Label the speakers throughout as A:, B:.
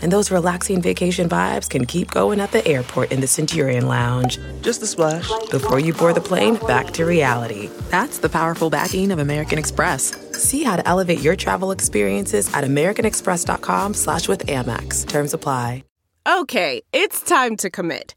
A: And those relaxing vacation vibes can keep going at the airport in the Centurion Lounge
B: Just a splash.
A: before you board the plane back to reality. That's the powerful backing of American Express. See how to elevate your travel experiences at americanexpress.com slash with Amex. Terms apply.
C: Okay, it's time to commit.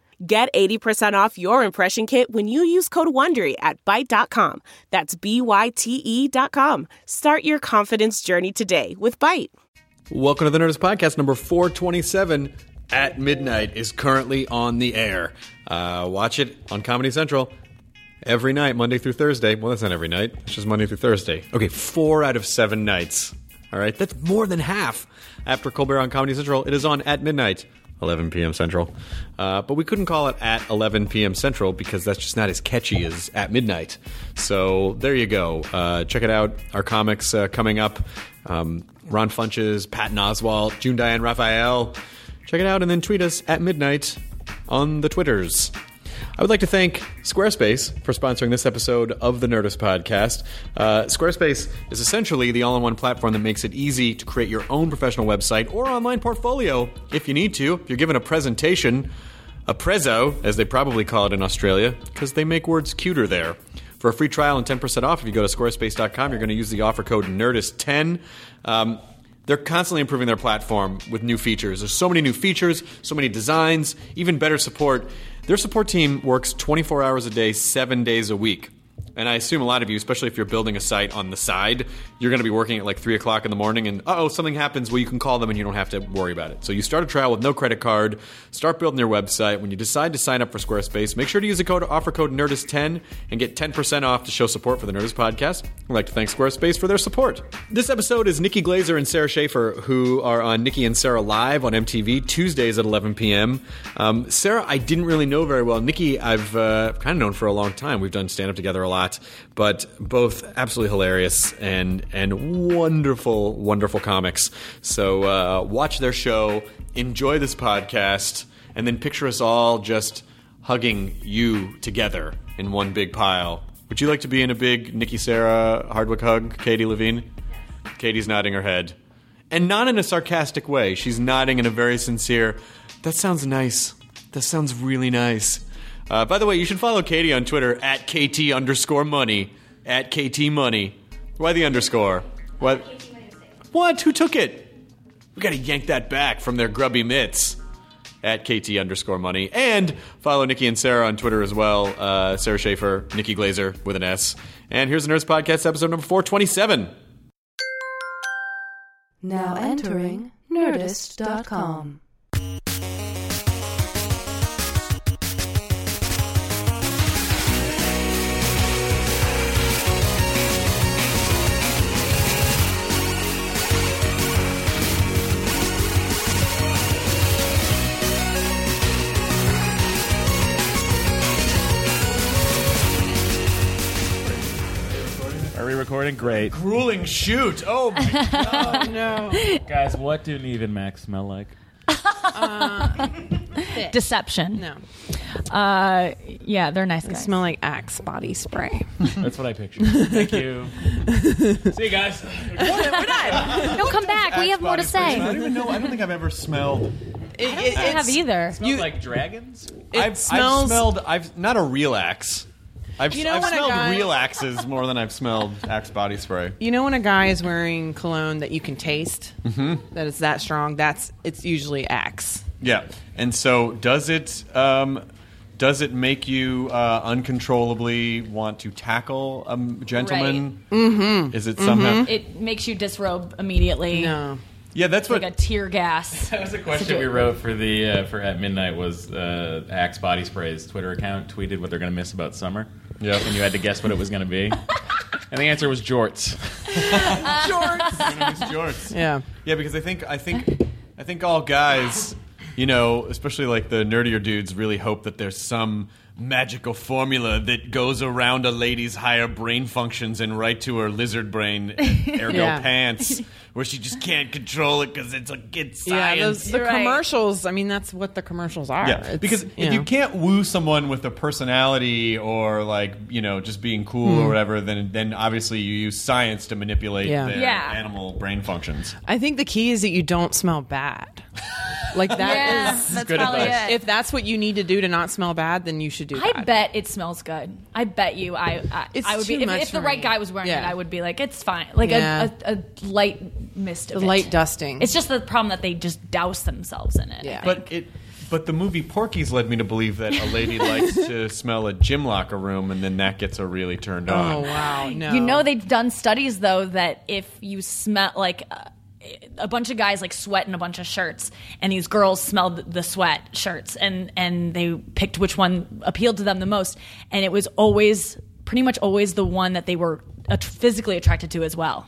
C: Get 80% off your impression kit when you use code WONDERY at Byte.com. That's B-Y-T-E E dot com. Start your confidence journey today with Byte.
D: Welcome to the Nerdist Podcast number 427 at midnight is currently on the air. Uh, watch it on Comedy Central every night, Monday through Thursday. Well, that's not every night, it's just Monday through Thursday. Okay, four out of seven nights. All right, that's more than half. After Colbert on Comedy Central, it is on at midnight. 11 p.m. Central. Uh, but we couldn't call it at 11 p.m. Central because that's just not as catchy as at midnight. So there you go. Uh, check it out. Our comics uh, coming up um, Ron Funches, Patton Oswalt, June Diane Raphael. Check it out and then tweet us at midnight on the Twitters. I would like to thank Squarespace for sponsoring this episode of the Nerdist Podcast. Uh, Squarespace is essentially the all in one platform that makes it easy to create your own professional website or online portfolio if you need to. If you're given a presentation, a prezzo, as they probably call it in Australia, because they make words cuter there. For a free trial and 10% off, if you go to squarespace.com, you're going to use the offer code NERDIST10. Um, they're constantly improving their platform with new features. There's so many new features, so many designs, even better support. Their support team works 24 hours a day, seven days a week. And I assume a lot of you, especially if you're building a site on the side, you're going to be working at like 3 o'clock in the morning and, oh, something happens. Well, you can call them and you don't have to worry about it. So you start a trial with no credit card, start building your website. When you decide to sign up for Squarespace, make sure to use the code, offer code NERDIST10 and get 10% off to show support for the Nerdist podcast. I'd like to thank Squarespace for their support. This episode is Nikki Glazer and Sarah Schaefer, who are on Nikki and Sarah Live on MTV Tuesdays at 11 p.m. Um, Sarah, I didn't really know very well. Nikki, I've uh, kind of known for a long time. We've done stand up together a lot, but both absolutely hilarious and and wonderful, wonderful comics. So uh, watch their show, enjoy this podcast, and then picture us all just hugging you together in one big pile. Would you like to be in a big Nikki Sarah Hardwick hug, Katie Levine? Katie's nodding her head. And not in a sarcastic way. She's nodding in a very sincere, that sounds nice. That sounds really nice. Uh, by the way, you should follow Katie on Twitter at KT underscore money. At KT money. Why the underscore? What? What? Who took it? We gotta yank that back from their grubby mitts at KT underscore money. And follow Nikki and Sarah on Twitter as well. Uh, Sarah Schaefer, Nikki Glazer with an S. And here's the Nerds Podcast episode number 427.
E: Now entering Nerdist.com.
F: Are we recording? Great.
D: Grueling shoot. Oh, my-
F: Guys, what do Neve and Max smell like?
G: deception. No. Uh, yeah, they're nice guys.
H: smell like Axe body spray.
F: That's what I pictured. Thank you. See you guys.
G: no, come back. We have more to say.
F: I don't even know. I don't think I've ever smelled.
G: I have either.
F: You, like dragons?
D: I've, I've
H: smells-
D: smelled. I've not a real axe. I've,
H: You know
D: I've
H: when a
D: smelled
H: guy-
D: real axes more than I've smelled axe body spray.
H: You know when a guy is wearing cologne that you can taste, mm-hmm. is that strong. That's it's usually Axe.
D: Yeah, and so does it. Um, does it make you uh, uncontrollably want to tackle a m- gentleman? Mm-hmm. Is it somehow?
G: It makes you disrobe immediately.
H: No,
D: Yeah, that's
G: like
D: what.
G: a tear gas.
I: That was a question we wrote for the uh, for at midnight was uh, Axe Body Spray's Twitter account tweeted what they're going to miss about summer.
D: Yeah.
I: and you had to guess what it was going to be, and the answer was jorts.
D: jorts.
H: Yeah.
D: Yeah, because I think I think I think all guys, you know, especially like the nerdier dudes, really hope that there's some magical formula that goes around a lady's higher brain functions and right to her lizard brain, ergo
H: Yeah.
D: pants, where she just can't control it because it's a good
H: Yeah,
D: science.
H: those, the
G: You're right.
H: commercials. I mean, that's what the commercials are.
D: Yeah,
H: It's,
D: because
H: you
D: if you
H: know.
D: can't woo someone with a personality or like you know just being cool or whatever, then then obviously you use science to manipulate
H: Hmm. Yeah.
D: their
G: Yeah.
D: animal brain functions.
H: I think the key is that you don't smell bad. Like that is
G: Yeah, that's
I: good
G: probably
I: advice.
G: it.
H: If that's what you need to do to not smell bad, then you should do
G: I
H: that.
G: bet it smells good. I bet you. I I,
H: It's
G: I would
H: too
G: be if,
H: much
G: if the
H: for
G: right
H: me.
G: guy was wearing it.
H: Yeah.
G: I would be like, it's fine. Like
H: Yeah.
G: a, a, a light mist of
H: The light
G: it.
H: dusting.
G: It's just the problem that they just douse themselves in it. I
H: Yeah.
G: think.
D: But it. But the movie Porky's led me to believe that a lady likes to smell a gym locker room, and then that gets her really turned on.
H: Oh wow! No,
G: You know they've done studies though that if you smell like uh, a bunch of guys like sweat in a bunch of shirts, and these girls smelled the sweat shirts, and and they picked which one appealed to them the most, and it was always pretty much always the one that they were at- physically attracted to as well.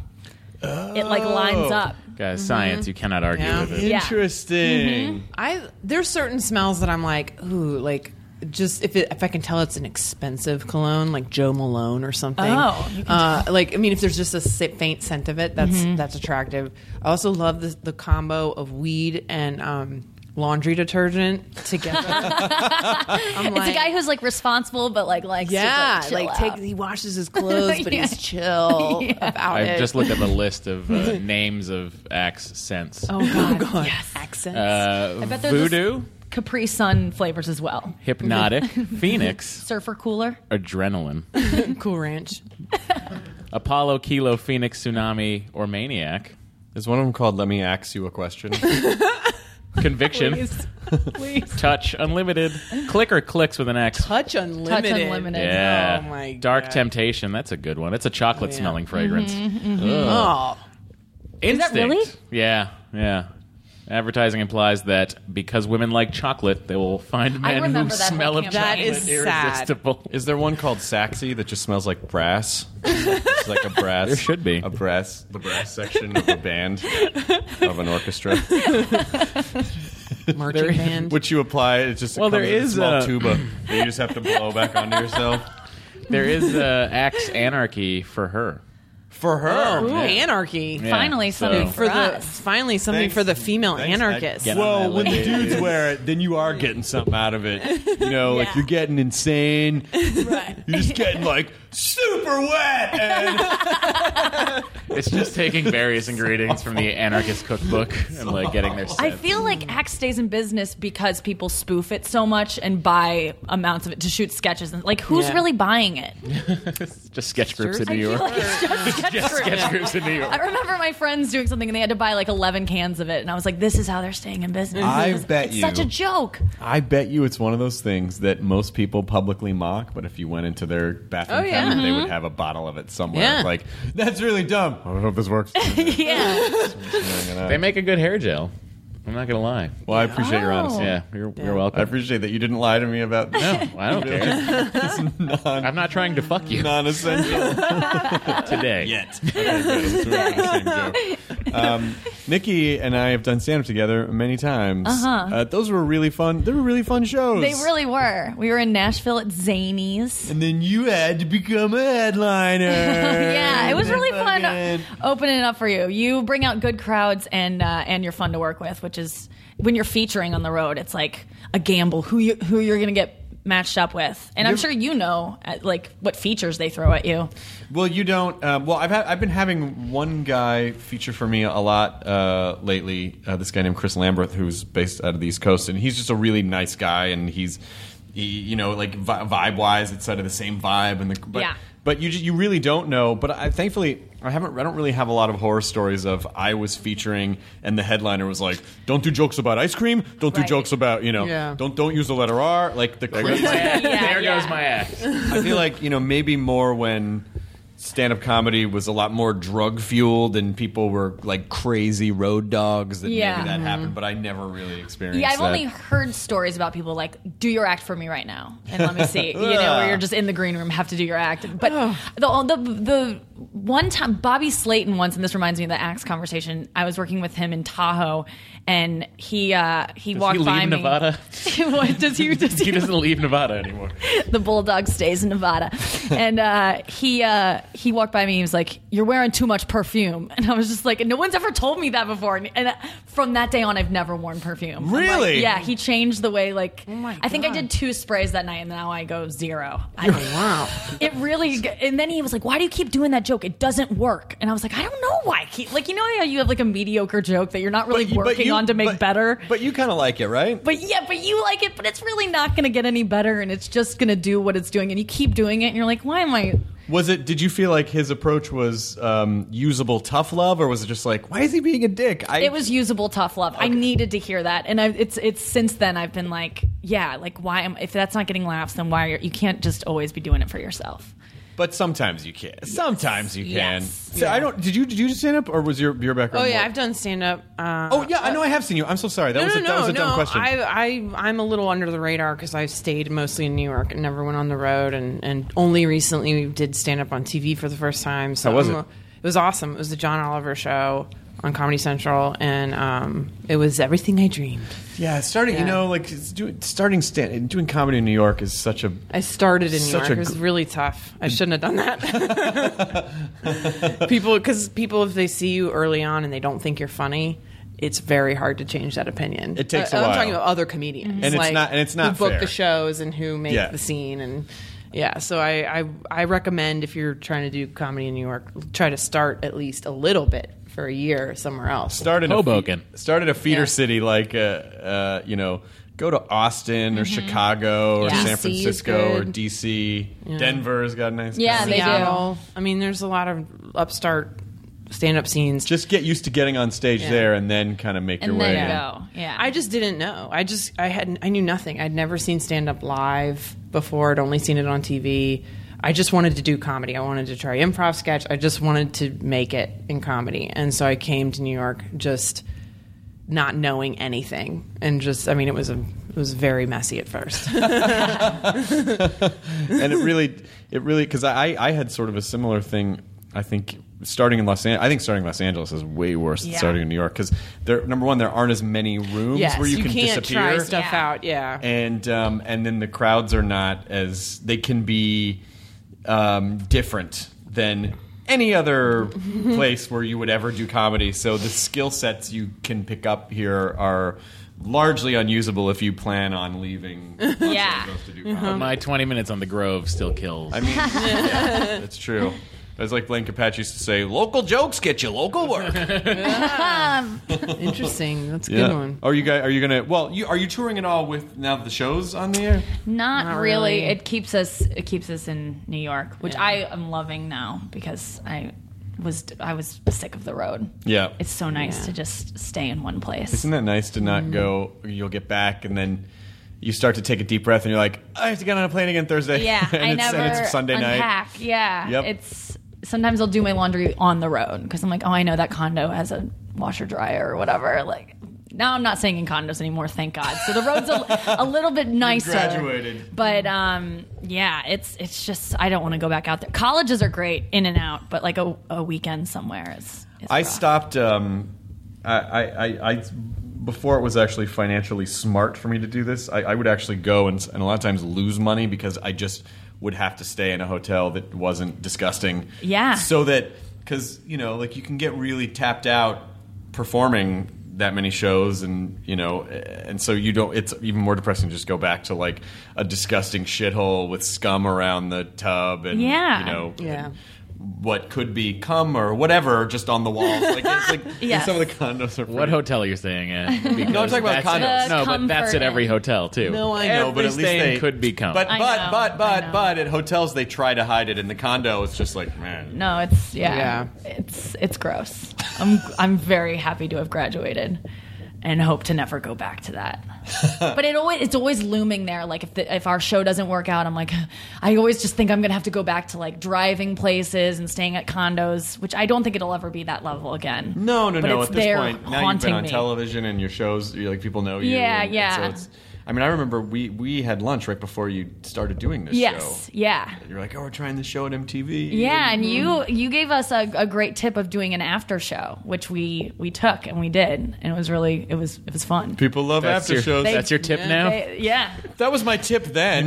G: It like lines
H: Oh.
G: up.
I: Guys, science you cannot argue
H: Yeah. Mm-hmm.
I: with it.
G: Yeah.
D: Interesting.
H: I there's certain smells that I'm like, ooh, like just if it, if I can tell it's an expensive cologne, like Joe Malone or something.
G: Oh, you Mm-hmm.
H: uh, like I mean, if there's just a si- faint scent of it, that's that's attractive. I also love the the combo of weed and um, laundry detergent together. I'm
G: It's a guy who's like responsible, but like likes
H: yeah,
G: to,
H: like,
G: like,
H: take he washes his clothes, but
G: Yeah.
H: he's chill about
I: I've
H: it.
I: just looked at the list of uh, names of Axe scents.
H: oh god, accents.
I: Uh,
G: bet they're the-
I: voodoo,
G: Capri Sun flavors as well.
I: hypnotic, phoenix,
G: Surfer cooler.
I: adrenaline,
H: cool Ranch.
I: Apollo, Kilo, Phoenix, tsunami, or maniac,
D: Is one of them called "Let Me Ask You a Question"?
I: conviction, touch, unlimited, click or clicks with an X.
H: Touch unlimited.
G: Touch unlimited.
I: Yeah.
H: Oh my
I: Dark
H: God.
I: Temptation. That's a good one. It's a chocolate smelling fragrance.
H: Oh,
I: Instinct.
G: that really?
I: Yeah. Yeah. Advertising implies that because women like chocolate, they will find
G: I
I: men who
G: remember that
I: smell
G: whole
I: of chocolate
G: campaign. That
H: is sad.
I: irresistible.
D: Is there one called Saxy that just smells like brass? it's like a brass.
I: There should be.
D: a brass, the brass section of a band of an orchestra.
H: marching band.
D: Which you apply? It's just
I: Well,
D: it comes
I: there
D: in a
I: is
D: small
I: a-
D: tuba that you just have to blow back onto yourself.
I: There is uh, Axe Anarchy for her.
D: For her,
I: Oh,
H: anarchy.
I: Yeah,
G: Finally, something
I: so-
G: for,
H: for the
G: us.
H: finally something
D: Thanks-
H: for the female
D: thanks,
H: anarchist.
D: Ag-
I: Get
D: well,
I: on that
D: when the
I: list.
D: dudes wear it, then you are getting something out of it. You know, like
G: Yeah.
D: you're getting insane. You're just getting like super wet. And
I: It's just taking various ingredients from the anarchist cookbook and like getting their.
G: I feel like Axe stays in business because people spoof it so much and buy amounts of it to shoot sketches. And like, who's
H: Yeah.
G: really buying it?
I: just sketch groups in
H: I
I: New
G: I feel
I: York.
G: like it's just sketch group.
I: sketch groups in New York.
G: I remember my friends doing something and they had to buy like 11 cans of it. And I was like, this is how they're staying in business.
D: I
G: It's
D: bet you.
G: such a joke.
D: I bet you it's one of those things that most people publicly mock, but if you went into their bathroom
H: Oh, yeah.
D: cabinet, they would have a bottle of it somewhere.
H: Yeah.
D: Like, that's really dumb. I hope this works.
G: Yeah.
I: They make a good hair gel. I'm not gonna lie.
G: Oh.
D: well, I appreciate your honesty.
I: Yeah, you're, you're
H: Oh.
D: I
I: welcome.
D: appreciate that you didn't lie to me about this.
I: No, I don't care. I'm not trying to fuck you
D: Non-essential
I: today.
D: yet. um, Nikki and I have done stand-up together many times. Uh-huh. those were really fun. They were really fun shows.
G: They really were. We were in Nashville at Zanies.
D: And then you had to become a headliner.
G: Yeah, it was really fun
D: Fucking-
G: opening it up for you. You bring out good crowds and uh, and you're fun to work with, which is when you're featuring on the road, it's like a gamble who you who you're gonna get matched up with. And I'm sure you know uh, like what features they throw at you.
D: Well, you don't. Um, well, I've had, I've been having one guy feature for me a lot uh, lately. Uh, this guy named Chris Lambert, who's based out of the East Coast, and he's just a really nice guy, and he's, he, you know, like vi- vibe wise, it's sort of the same vibe, and the but,
G: Yeah.
D: but you ju- you really don't know. But I thankfully I haven't. I don't really have a lot of horror stories of I was featuring and the headliner was like, "Don't do jokes about ice cream. Don't do
G: Right.
D: jokes about you know.
H: Yeah.
D: Don't don't use the letter R. Like the
I: There goes
D: crazy
I: my axe.
G: Yeah,
I: there
G: yeah.
I: goes my axe.
D: I feel like you know maybe more when stand-up comedy was a lot more drug fueled and people were like crazy road dogs that
G: Yeah. Mm-hmm.
D: maybe that happened but i never really experienced
G: Yeah, I've
D: that.
G: only heard stories about people like, do your act for me right now, and let me see. you know, where you're just in the green room, have to do your act. But the, the the one time Bobby Slayton once, and this reminds me of the axe conversation. I was working with him in Tahoe, and he uh, he
I: Does
G: walked
I: he leave
G: by
I: Nevada?
G: me. What, does he? Does
I: he doesn't leave Nevada anymore.
G: the bulldog stays in Nevada. And uh, he uh, he walked by me. He was like, "You're wearing too much perfume," and I was just like, "No one's ever told me that before." And, and uh, from that day on, I've never worn perfume. I'm like,
D: Really? Oh
G: yeah. He changed the way. Like,
H: my
G: I think I
H: God.
G: did two sprays that night, and now I go zero. I don't
H: Wow.
G: it really g- and then he was like why do you keep doing that joke it doesn't work and i was like i don't know why I keep like you know how you have like a mediocre joke that you're not really
D: But you- but
G: working
D: you-
G: on to make
D: but-
G: better
D: but you kind of like it right
G: but yeah, but you like it, but it's really not going to get any better, and it's just going to do what it's doing, and you keep doing it, and you're like, why am I?
D: was it did you feel like his approach was um, usable tough love or was it just like why is he being a dick i
G: It was usable tough love. I needed to hear that, and I, it's it's since then I've been like, yeah, like why am if that's not getting laughs, then why are you, you can't just always be doing it for yourself.
D: but sometimes you can sometimes you can
G: Yes.
D: so i don't did you did you stand up or was your your
H: Oh
D: background
H: yeah,
D: more-
H: I've done stand up. Uh,
D: oh yeah i know i have seen you i'm so sorry Oh, that was a, that was a dumb question
H: I, I, I'm a little under the radar because I've stayed mostly in New York and never went on the road, and, and only recently we did stand up on TV for the first time. So
D: How was
H: I'm
D: it?
H: a- it was awesome. It was the John Oliver show on Comedy Central, and um, it was everything I dreamed.
D: Yeah, starting you
H: Yeah.
D: know like it's doing starting stand doing comedy in New York is such a
H: I started in New
D: Such
H: York.
D: a
H: It was
D: gr- Mm.
H: really tough. I shouldn't have done that. people, because people, if they see you early on and they don't think you're funny, it's very hard to change that opinion.
D: It takes
H: I,
D: a
H: I'm talking
D: while.
H: about other comedians,
D: it's
H: like,
D: not- and it's not
H: who book
D: fair.
H: the shows and who make
D: Yeah.
H: the scene and. Yeah, so I, I I recommend if you're trying to do comedy in New York, try to start at least a little bit for a year somewhere else.
D: started
I: Hoboken.
D: a, fe- started a feeder
H: Yeah.
D: city like uh, uh, you know go to Austin or Chicago or
G: Yeah.
D: San
H: DC is
D: Francisco or
H: good.
D: DC Denver's got a nice
G: Yeah,
D: comedy.
G: they do.
H: Seattle. I mean, there's a lot of upstart stand-up scenes.
D: just get used to getting on stage
H: Yeah.
D: there and then kind of make
G: And
D: your
G: then
D: way in.
G: go, yeah.
H: I just didn't know. I just I had I knew nothing. I'd never seen stand up live before. I'd only seen it on TV. I just wanted to do comedy. I wanted to try improv sketch. I just wanted to make it in comedy. And so I came to New York just not knowing anything and just I mean it was a it was very messy at first.
D: and it really, it really, because I, I had sort of a similar thing. I think starting in Los Angeles, I think starting in Los Angeles is way worse than
G: Yeah.
D: starting in New York because there, number one, there aren't as many rooms
H: yes,
D: where you,
H: you
D: can
H: not
D: disappear.
H: try stuff
G: Yeah.
H: out. Yeah.
D: and um, and then the crowds are not as they can be um, different than any other place where you would ever do comedy. So the skill sets you can pick up here are largely unusable if you plan on leaving. Los
G: Yeah. Mm-hmm.
D: Angeles to do comedy.
I: My 20 minutes on the Grove still kills.
D: I mean, yeah, that's true. It's like Blaine Capatch used to say, "Local jokes get you local work."
H: Interesting. That's a good one.
D: Are you guys? Are you gonna? Well, you, are you touring at all with now that the show's on the air?
G: Not, really.
H: really.
G: It keeps us it keeps us in New York, which I am loving now because I was I was sick of the road.
D: Yeah.
G: It's so nice to just stay in one place.
D: Isn't that nice to not
G: Mm-hmm.
D: go? You'll get back, and then you start to take a deep breath, and you're like, I have to get on a plane again Thursday.
G: Yeah,
D: and,
G: I
D: it's,
G: never
D: and it's Sunday night.
G: unpack. Yeah,
D: Yep.
G: it's sometimes I'll do my laundry on the road because I'm like, oh, I know that condo has a washer dryer or whatever. Like now, I'm not staying in condos anymore, thank God. So the road's a, a little bit nicer.
D: graduated.
G: but um, yeah, it's it's just I don't want to go back out there. Colleges are great in and out, but like a, a weekend somewhere is. is
D: I
G: rough.
D: stopped. Um, I, I, I, I, before it was actually financially smart for me to do this. I, I would actually go and, and a lot of times lose money because I just would have to stay in a hotel that wasn't disgusting.
G: Yeah.
D: So that because you know, like you can get really tapped out performing that many shows and you know and so you don't it's even more depressing to just go back to like a disgusting shithole with scum around the tub and
G: Yeah.
D: you know
H: Yeah.
D: and what could be cum or whatever just on the walls. Like, it's like
G: Yes.
D: some of the condos are. Pretty,
I: what hotel are you staying at?
D: No, I'm talking about
I: Because that's-
G: condos.
I: No,
G: The
I: but that's at
G: comfort
I: every
G: in-
I: hotel too.
D: No, I know, but at least
I: Every
D: they
I: stain could be cum.
D: But
G: I
D: but
G: know, I
D: but
G: know.
D: but but at hotels they try to hide it. In the condo, it's just like man.
G: No, it's yeah,
H: Yeah.
G: it's it's gross. I'm I'm very happy to have graduated and hope to never go back to that. but it always it's always looming there. Like if the, if our show doesn't work out, I'm like, I always just think I'm gonna have to go back to like driving places and staying at condos, which I don't think it'll ever be that level again.
D: No, no,
G: but
D: no.
G: It's
D: At this
G: there
D: point, now you've
G: haunting
D: been on
G: me.
D: television and your shows, you like people know you.
G: Yeah,
D: and- and
G: yeah.
D: so it's, I mean, I remember we we had lunch right before you started doing this
G: Yes,
D: show.
G: yeah.
D: You're like, oh, we're trying this show at MTV.
G: Yeah, and
D: Mm-hmm.
G: you you gave us a, a great tip of doing an after show, which we we took and we did, and it was really it was it was fun.
D: People love
I: That's
D: after
I: your,
D: shows.
I: That's your tip now.
G: They- yeah,
D: that was my tip then.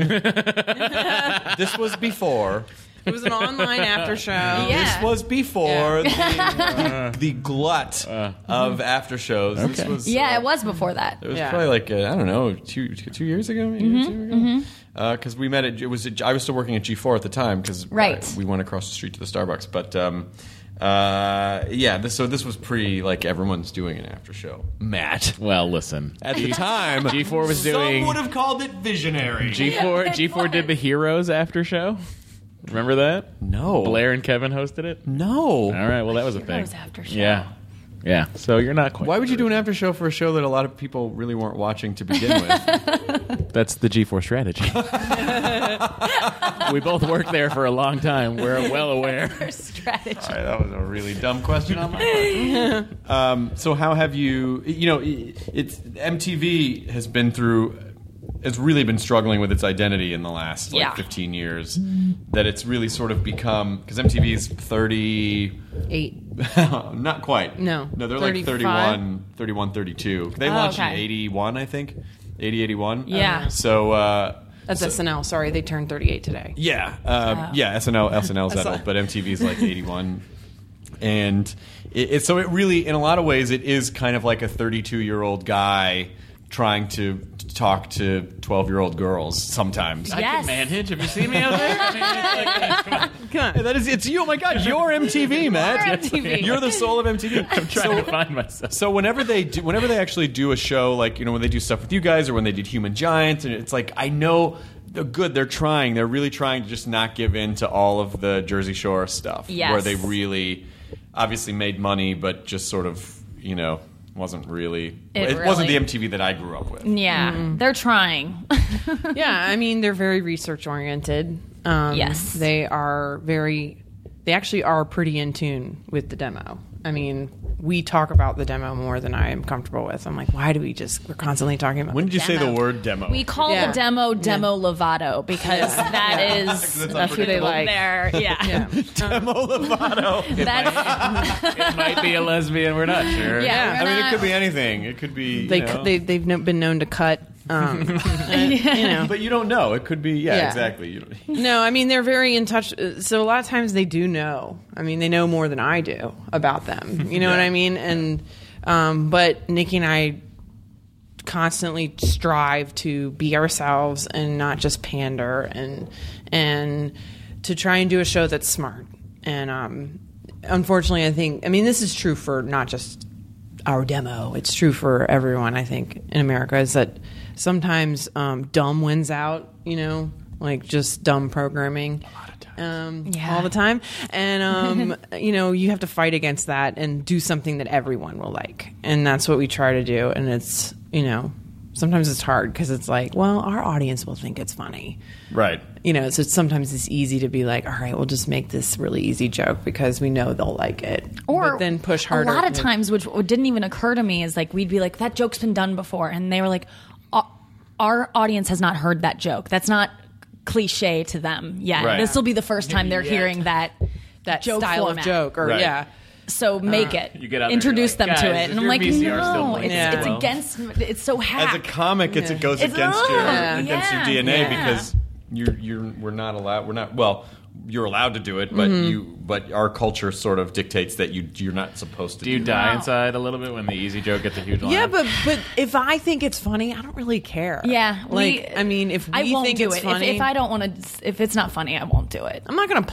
D: this was before.
H: It was an online after show.
G: yeah.
D: This was before the, the glut of after shows. This
I: Okay.
D: was,
G: Uh. yeah,
D: uh,
G: it was before that.
D: It was
H: Yeah.
D: probably like uh, I don't know two two years ago, maybe
G: Mm-hmm.
D: two years ago. Because we met at it was at, I was still working at G four at the time because
G: Right.
D: we went across the street to the Starbucks. But um, uh, yeah, this, so this was pre like everyone's doing an after show. Matt
I: Well, listen.
D: at the time
I: G4 was doing
D: Some would have called it visionary.
I: G4. G4 did the Heroes after show. Remember that?
D: no,
I: Blair and Kevin hosted it.
D: No.
I: All right. Well, that was a thing.
G: Heroes after show.
I: Yeah. Yeah. So you're not quite.
D: Why would you do an after show for a show that a lot of people really weren't watching to begin with?
I: That's the G4 strategy. we both worked there for a long time. We're well aware.
G: strategy.
D: All right, that was a really dumb question on my part. um, so how have you? You know, it's MTV has been through. It's really been struggling with its identity in the last like
G: Yeah.
D: 15 years. That it's really sort of become because MTV is 30,
H: Eight.
D: not quite.
H: No.
D: no, they're like
H: 35?
D: 31, 31, 32. They
G: Oh,
D: launched in
G: okay.
D: 81, I think, 80, 81.
G: Yeah.
D: So. Uh,
H: That's SNL. Sorry, they turned 38 today.
D: yeah, um, yeah. SNL, SNL's that
H: saw-
D: old, but MTV's like eighty-one, and it, it, so it really, in a lot of ways, it is kind of like a thirty-two-year-old guy trying to t- talk to twelve-year-old girls sometimes.
G: Yeah. Yes.
I: Man Hinch, have you seen me out there? I mean, it's like-
D: Hey, That is, it's you. Oh my God, you're MTV, Matt.
G: MTV.
D: You're the soul of MTV.
I: I'm trying to find myself.
D: So whenever they do, whenever they actually do a show, like you know when they do stuff with you guys or when they did Human Giants, and it's like I know they're good. They're trying. They're really trying to just not give in to all of the Jersey Shore stuff,
G: Yes.
D: where they really obviously made money, but just sort of you know wasn't really.
G: It
D: wasn't the
G: really-
D: MTV that I grew up with.
G: Yeah, they're trying.
H: yeah, I mean they're very research oriented. Um,
G: Yes.
H: they are very. They actually are pretty in tune with the demo. I mean, we talk about the demo more than I am comfortable with. I'm like, why do we just? We're constantly talking about.
D: When did you say the
G: Demo.
D: word demo?
G: We call
H: Yeah.
G: the demo "Demo Lovato" because that is
D: it's
G: that's who they
H: unpredictable.
G: like. There, yeah.
H: yeah.
D: demo Lovato.
G: That's,
I: It might be a lesbian. We're not sure.
G: yeah.
D: I mean, it could be anything. It could be you
H: They
D: know.
H: they they've no, been known to cut. Um,
D: but you don't know. It could be yeah,
H: Yeah.
D: exactly. You don't-
H: no, I mean they're very in touch. uh, So a lot of times they do know. I mean they know more than I do about them. You know what I mean? And um, but Nikki and I constantly strive to be ourselves and not just pander and and to try and do a show that's smart. And um, unfortunately, I think I mean this is true for not just our demo. It's true for everyone. I think in America is that sometimes um, dumb wins out. You know, like just dumb programming. A lot of times. Um,
G: Yeah.
H: All the time, and um, you know you have to fight against that and do something that everyone will like, and that's what we try to do. And it's you know sometimes it's hard because it's like, well, our audience will think it's funny,
D: Right.
H: you know. So sometimes it's easy to be like, all right, we'll just make this really easy joke because we know they'll like it,
G: or
H: but then push harder.
G: A lot of
H: to-
G: times, which didn't even occur to me, is like we'd be like, "That joke's been done before," and they were like, "Our- "Our audience has not heard that joke. That's not cliche to them yet.
D: Right.
G: This will be the first time they're hearing that
H: that
G: joke
H: style
G: format.
H: of joke, or
D: Right.
H: yeah.
G: So make
H: Ah.
G: it.
I: You get out there,
G: introduce
I: you're
G: them
I: like,
G: to
I: "Guys,
G: it,
I: is
G: and I'm
I: your
G: like,
I: VCR still
G: no,
I: playing?"
G: it's,
H: Yeah.
G: it's against. It's so hack.
D: as a comic, it's, it goes
G: It's-
D: against your
G: Yeah.
D: against your
G: Yeah.
D: DNA
G: Yeah.
D: because you're you're we're not allowed. We're not well. You're allowed to do it, but you but our culture sort of dictates that you you're not supposed to.
I: Do you
D: that.
I: die inside a little bit when the easy joke gets a huge line?
H: Yeah, but but if I think it's funny, I don't really care.
G: Yeah, we-
H: like I mean, if we
G: I won't
H: think
G: do
H: it's
G: it.
H: funny,
G: If, if I don't want to, if it's not funny, I won't do it.
H: I'm not going to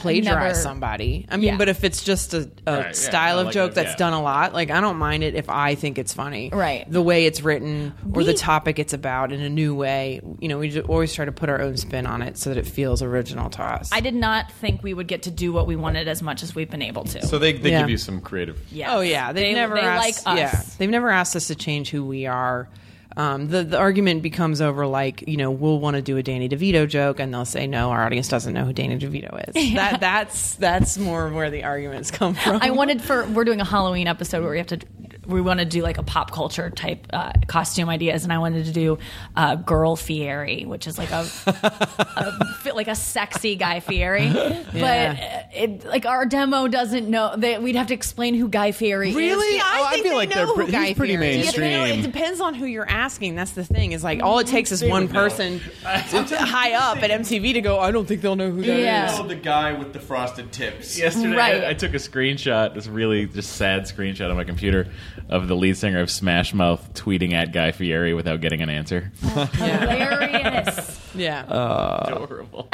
G: Never-
H: plagiarize somebody. I mean,
G: Yeah.
H: but if it's just a, a
I: Right, yeah,
H: style of
I: like
H: joke
I: a-
H: that's
I: yeah.
H: done a lot, like I don't mind it if I think it's funny.
G: Right.
H: The way it's written or
G: We-
H: the topic it's about in a new way. You know, we ju- always try to put our own spin on it so that it feels original to us.
G: I did not think we would get to do what we wanted as much as we've been able to.
D: So they, they
H: Yeah.
D: give you some creative.
G: Yes.
H: Oh yeah, they've
G: They-
H: never
G: they
H: asked,
G: like us.
H: Yeah, they've never asked us to change who we are. Um, the the argument becomes over like you know we'll want to do a Danny DeVito joke and they'll say no, our audience doesn't know who Danny DeVito is. That that's that's more where the arguments come from.
G: I wanted for we're doing a Halloween episode where we have to we want to do like a pop culture type uh, costume ideas, and I wanted to do uh, girl Fieri, which is like a, a fi- like a sexy guy Fieri,
H: Yeah.
G: but uh, it, like our demo doesn't know that we'd have to explain who Guy Fieri is.
D: Really?
H: I
D: Oh, I
H: think
D: feel
H: they
D: like
H: know
D: they're pre-
H: who
D: he's
H: Guy
D: pretty
H: Fieri is.
D: mainstream.
H: You know, it depends on who you're asking. That's the thing. Is like all it takes is one person to- high up at MTV to go. I don't think they'll know who that is.
G: Yeah.
D: the guy with the frosted tips.
I: Yesterday,
G: Right.
I: I, I took a screenshot, this really just sad screenshot on my computer of the lead singer of Smash Mouth tweeting at Guy Fieri without getting an answer.
G: Hilarious.
H: Yeah.
D: Uh,
I: Adorable.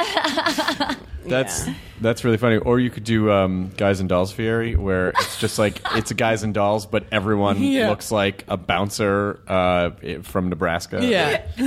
D: That's that's really funny. Or you could do um, Guys and Dolls Fieri, where it's just like it's a Guys and Dolls, but everyone
H: Yeah.
D: looks like a bouncer uh, from Nebraska.
H: yeah.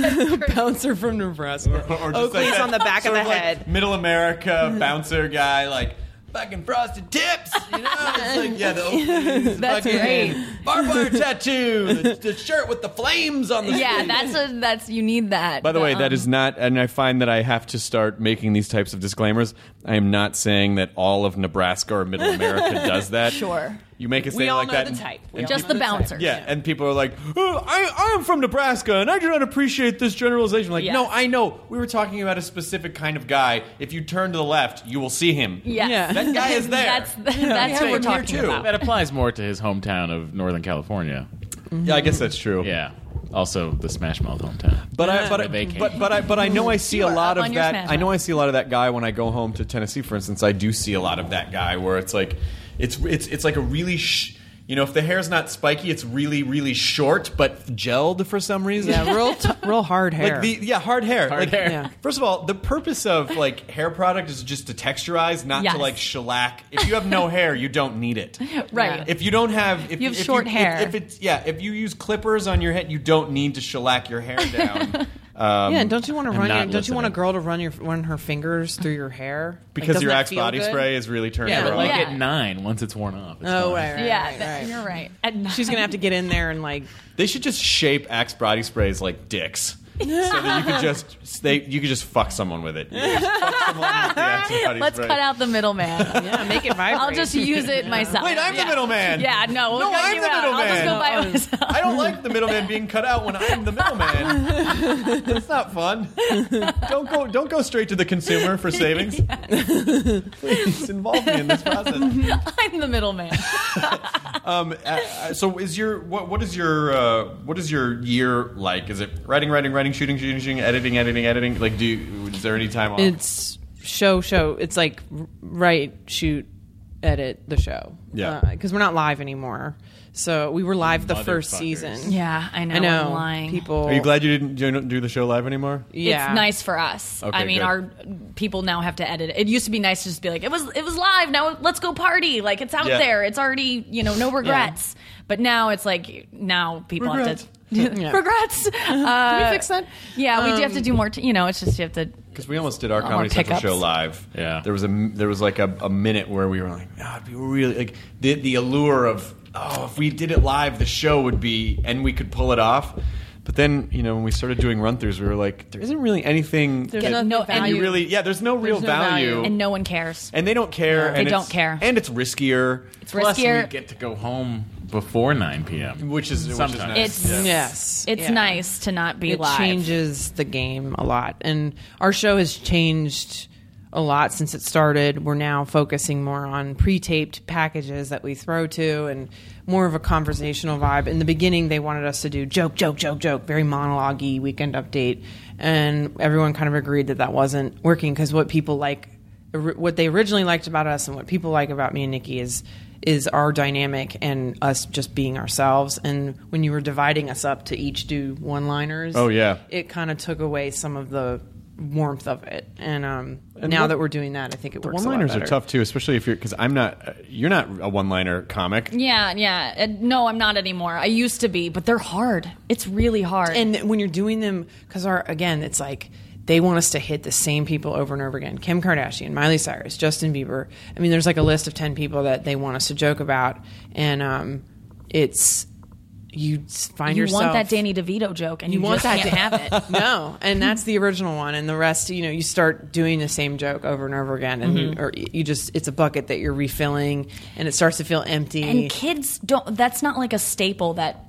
H: Bouncer from Nebraska.
D: Or just
H: Oakley's
D: that
H: Oh, on the back of
D: sort
H: the head.
D: middle America bouncer guy, like fucking frosted tips. You know, it's like yeah, the Oakley's,
G: That's
D: fucking
G: great.
D: barbed wire tattoo, the, the shirt with the flames on the.
G: yeah, that's a that's you need that.
D: By the way,
H: Um,
D: that is not, and I find that I have to start making these types of disclaimers. I am not saying that all of Nebraska or Middle America does that.
G: Sure.
D: You make a
H: We
D: statement
H: all
D: like
H: know
D: that.
H: the
D: and-
H: type. We
D: and
H: all
G: just
H: know
G: the bouncer.
D: yeah, and people are like, oh, I, I'm from Nebraska and I do not appreciate this generalization. Like,
G: Yeah.
D: no, I know. We were talking about a specific kind of guy. If you turn to the left, you will see him.
G: Yes.
H: Yeah.
D: That guy is there.
G: That's that's who
D: him
G: we're
D: here
G: talking
D: too.
G: about.
I: that applies more to his hometown of Northern California.
D: yeah, I guess that's true.
I: Yeah. Also, the Smash Mouth hometown.
D: But I, but,
I: Where they
D: I,
I: came
D: but but I but I know I see
G: You
D: a
G: are
D: lot
G: up
D: of
G: on your
D: that.
G: Smash
D: I know
G: Mouth.
D: I see a lot of that guy when I go home to Tennessee. For instance, I do see a lot of that guy where it's like, it's it's it's like a really, sh- you know, if the hair's not spiky, it's really really short but gelled for some reason.
H: Yeah, real, t- real hard
D: Like
H: hair.
D: the yeah, hard hair.
I: Hard
D: Like,
I: hair.
H: Yeah.
D: First of all, the purpose of like hair product is just to texturize, not
G: Yes.
D: to like shellac. If you have no hair, you don't need it.
G: Right.
D: If you don't have, if
G: You have
D: if
G: short
D: if-
G: hair.
D: If, it's yeah, if you use clippers on your head, you don't need to shellac your hair down. Um,
H: Yeah, and don't you want to run? Your,
I: not
H: don't you want a
I: listening.
H: girl to run your run her fingers through your hair Like,
D: because
H: doesn't
D: your
H: that
D: Axe
H: feel
D: body
H: good?
D: spray is really turned
H: Yeah,
D: her
H: but
D: on.
I: like
G: Yeah.
I: at nine, once it's worn off. It's
H: Oh,
I: fine.
H: right, right,
G: yeah,
H: right,
G: that-
H: right.
G: you're right. And
H: She's gonna have to get in there and like.
D: They should just shape Axe body sprays like dicks. so that you could just they you could just fuck someone with it. You could just fuck someone with the Axe body
G: Let's
D: spray.
G: cut out the middleman.
H: Yeah, make it vibrate.
G: I'll just use it myself.
D: Wait, I'm
G: Yeah.
D: the middleman.
G: Yeah, no, we'll
D: No,
G: cut
D: I'm
G: you
D: the
G: out. I'll just
D: middleman.
G: go by myself.
D: I don't like the middleman being cut out when I'm the middleman. That's not fun. Don't go don't go straight to the consumer for savings. Please involve me in this process.
G: I'm the middleman.
D: Um, uh, uh, so is your what what is your uh, what is your year like? Is it writing, writing, writing, shooting, shooting, shooting, editing, editing, editing? Like, do you, is there any time off?
H: It's show show. It's like r- write shoot edit the show.
D: Yeah.
H: because we're not live anymore. So we were live the first
I: Motherfuckers.
H: season.
G: Yeah, I know.
H: I know
G: I'm lying.
H: people.
D: Are you glad you didn't you don't do the show live anymore?
H: Yeah,
G: It's nice for us.
D: Okay,
G: I mean,
D: good.
G: our people now have to edit. it. It used to be nice to just be like, it was it was live. Now let's go party. Like it's out
D: Yeah.
G: there. It's already you know no regrets. But now it's like now people
D: Regrets. Um,
G: have to regrets. Uh, Can
H: fix that?
G: Yeah, we do have to do more. T- you know, it's just you have to.
D: Because we almost did our
G: Lot
D: Comedy
G: more
D: Central show
G: pickups.
D: live.
I: Yeah.
D: there was a there was like a, a minute where we were like, "Ah, it'd be really like the the allure of oh, if we did it live, the show would be and we could pull it off." But then you know when we started doing run throughs, we were like, "There isn't really anything
H: There's
D: that
H: nothing
G: No,
D: that
G: and
D: you
G: you-
D: really yeah. There's no real
H: no
D: value,
H: value.
G: And no one cares.
D: and they don't care. and
G: They
D: it's-
G: don't care.
D: and it's riskier,
G: It's
I: Plus, we
G: riskier.
I: get to go home before 9 p.m.
D: which is which is
I: Sometimes.
D: nice.
G: It's
H: Yes,
G: It's
H: Yeah.
G: nice to not be
H: it
G: live.
H: changes the game a lot and our show has changed a lot since it started we're now focusing more on pre-taped packages that we throw to and more of a conversational vibe in the beginning they wanted us to do joke joke joke joke very monologue weekend update and everyone kind of agreed that that wasn't working because what people like or- what they originally liked about us and what people like about me and Nikki is is our dynamic and us just being ourselves. And when you were dividing us up to each do one liners,
D: Oh, yeah.
H: it kind of took away some of the warmth of it. And, um, now
D: one-
H: that we're doing that, I think it works. a lot
D: One-liners are
H: better.
D: tough too, especially if you're because I'm not. Uh, you're not a one-liner comic.
G: Yeah, yeah. And no, I'm not anymore. I used to be, but they're hard. It's really hard.
H: and when you're doing them because our again it's like they want us to hit the same people over and over again. Kim Kardashian, Miley Cyrus, Justin Bieber. I mean, there's like a list of 10 people that they want us to joke about. And um, it's, you s- find
G: You
H: yourself.
G: want that Danny DeVito joke, and you,
H: You want
G: just
H: that
G: can't have it.
H: no, and that's the original one, and the rest, you know, you start doing the same joke over and over again, and
G: Mm-hmm.
H: you, or you just it's a bucket that you're refilling, and it starts to feel empty.
G: And kids don't. That's not like a staple that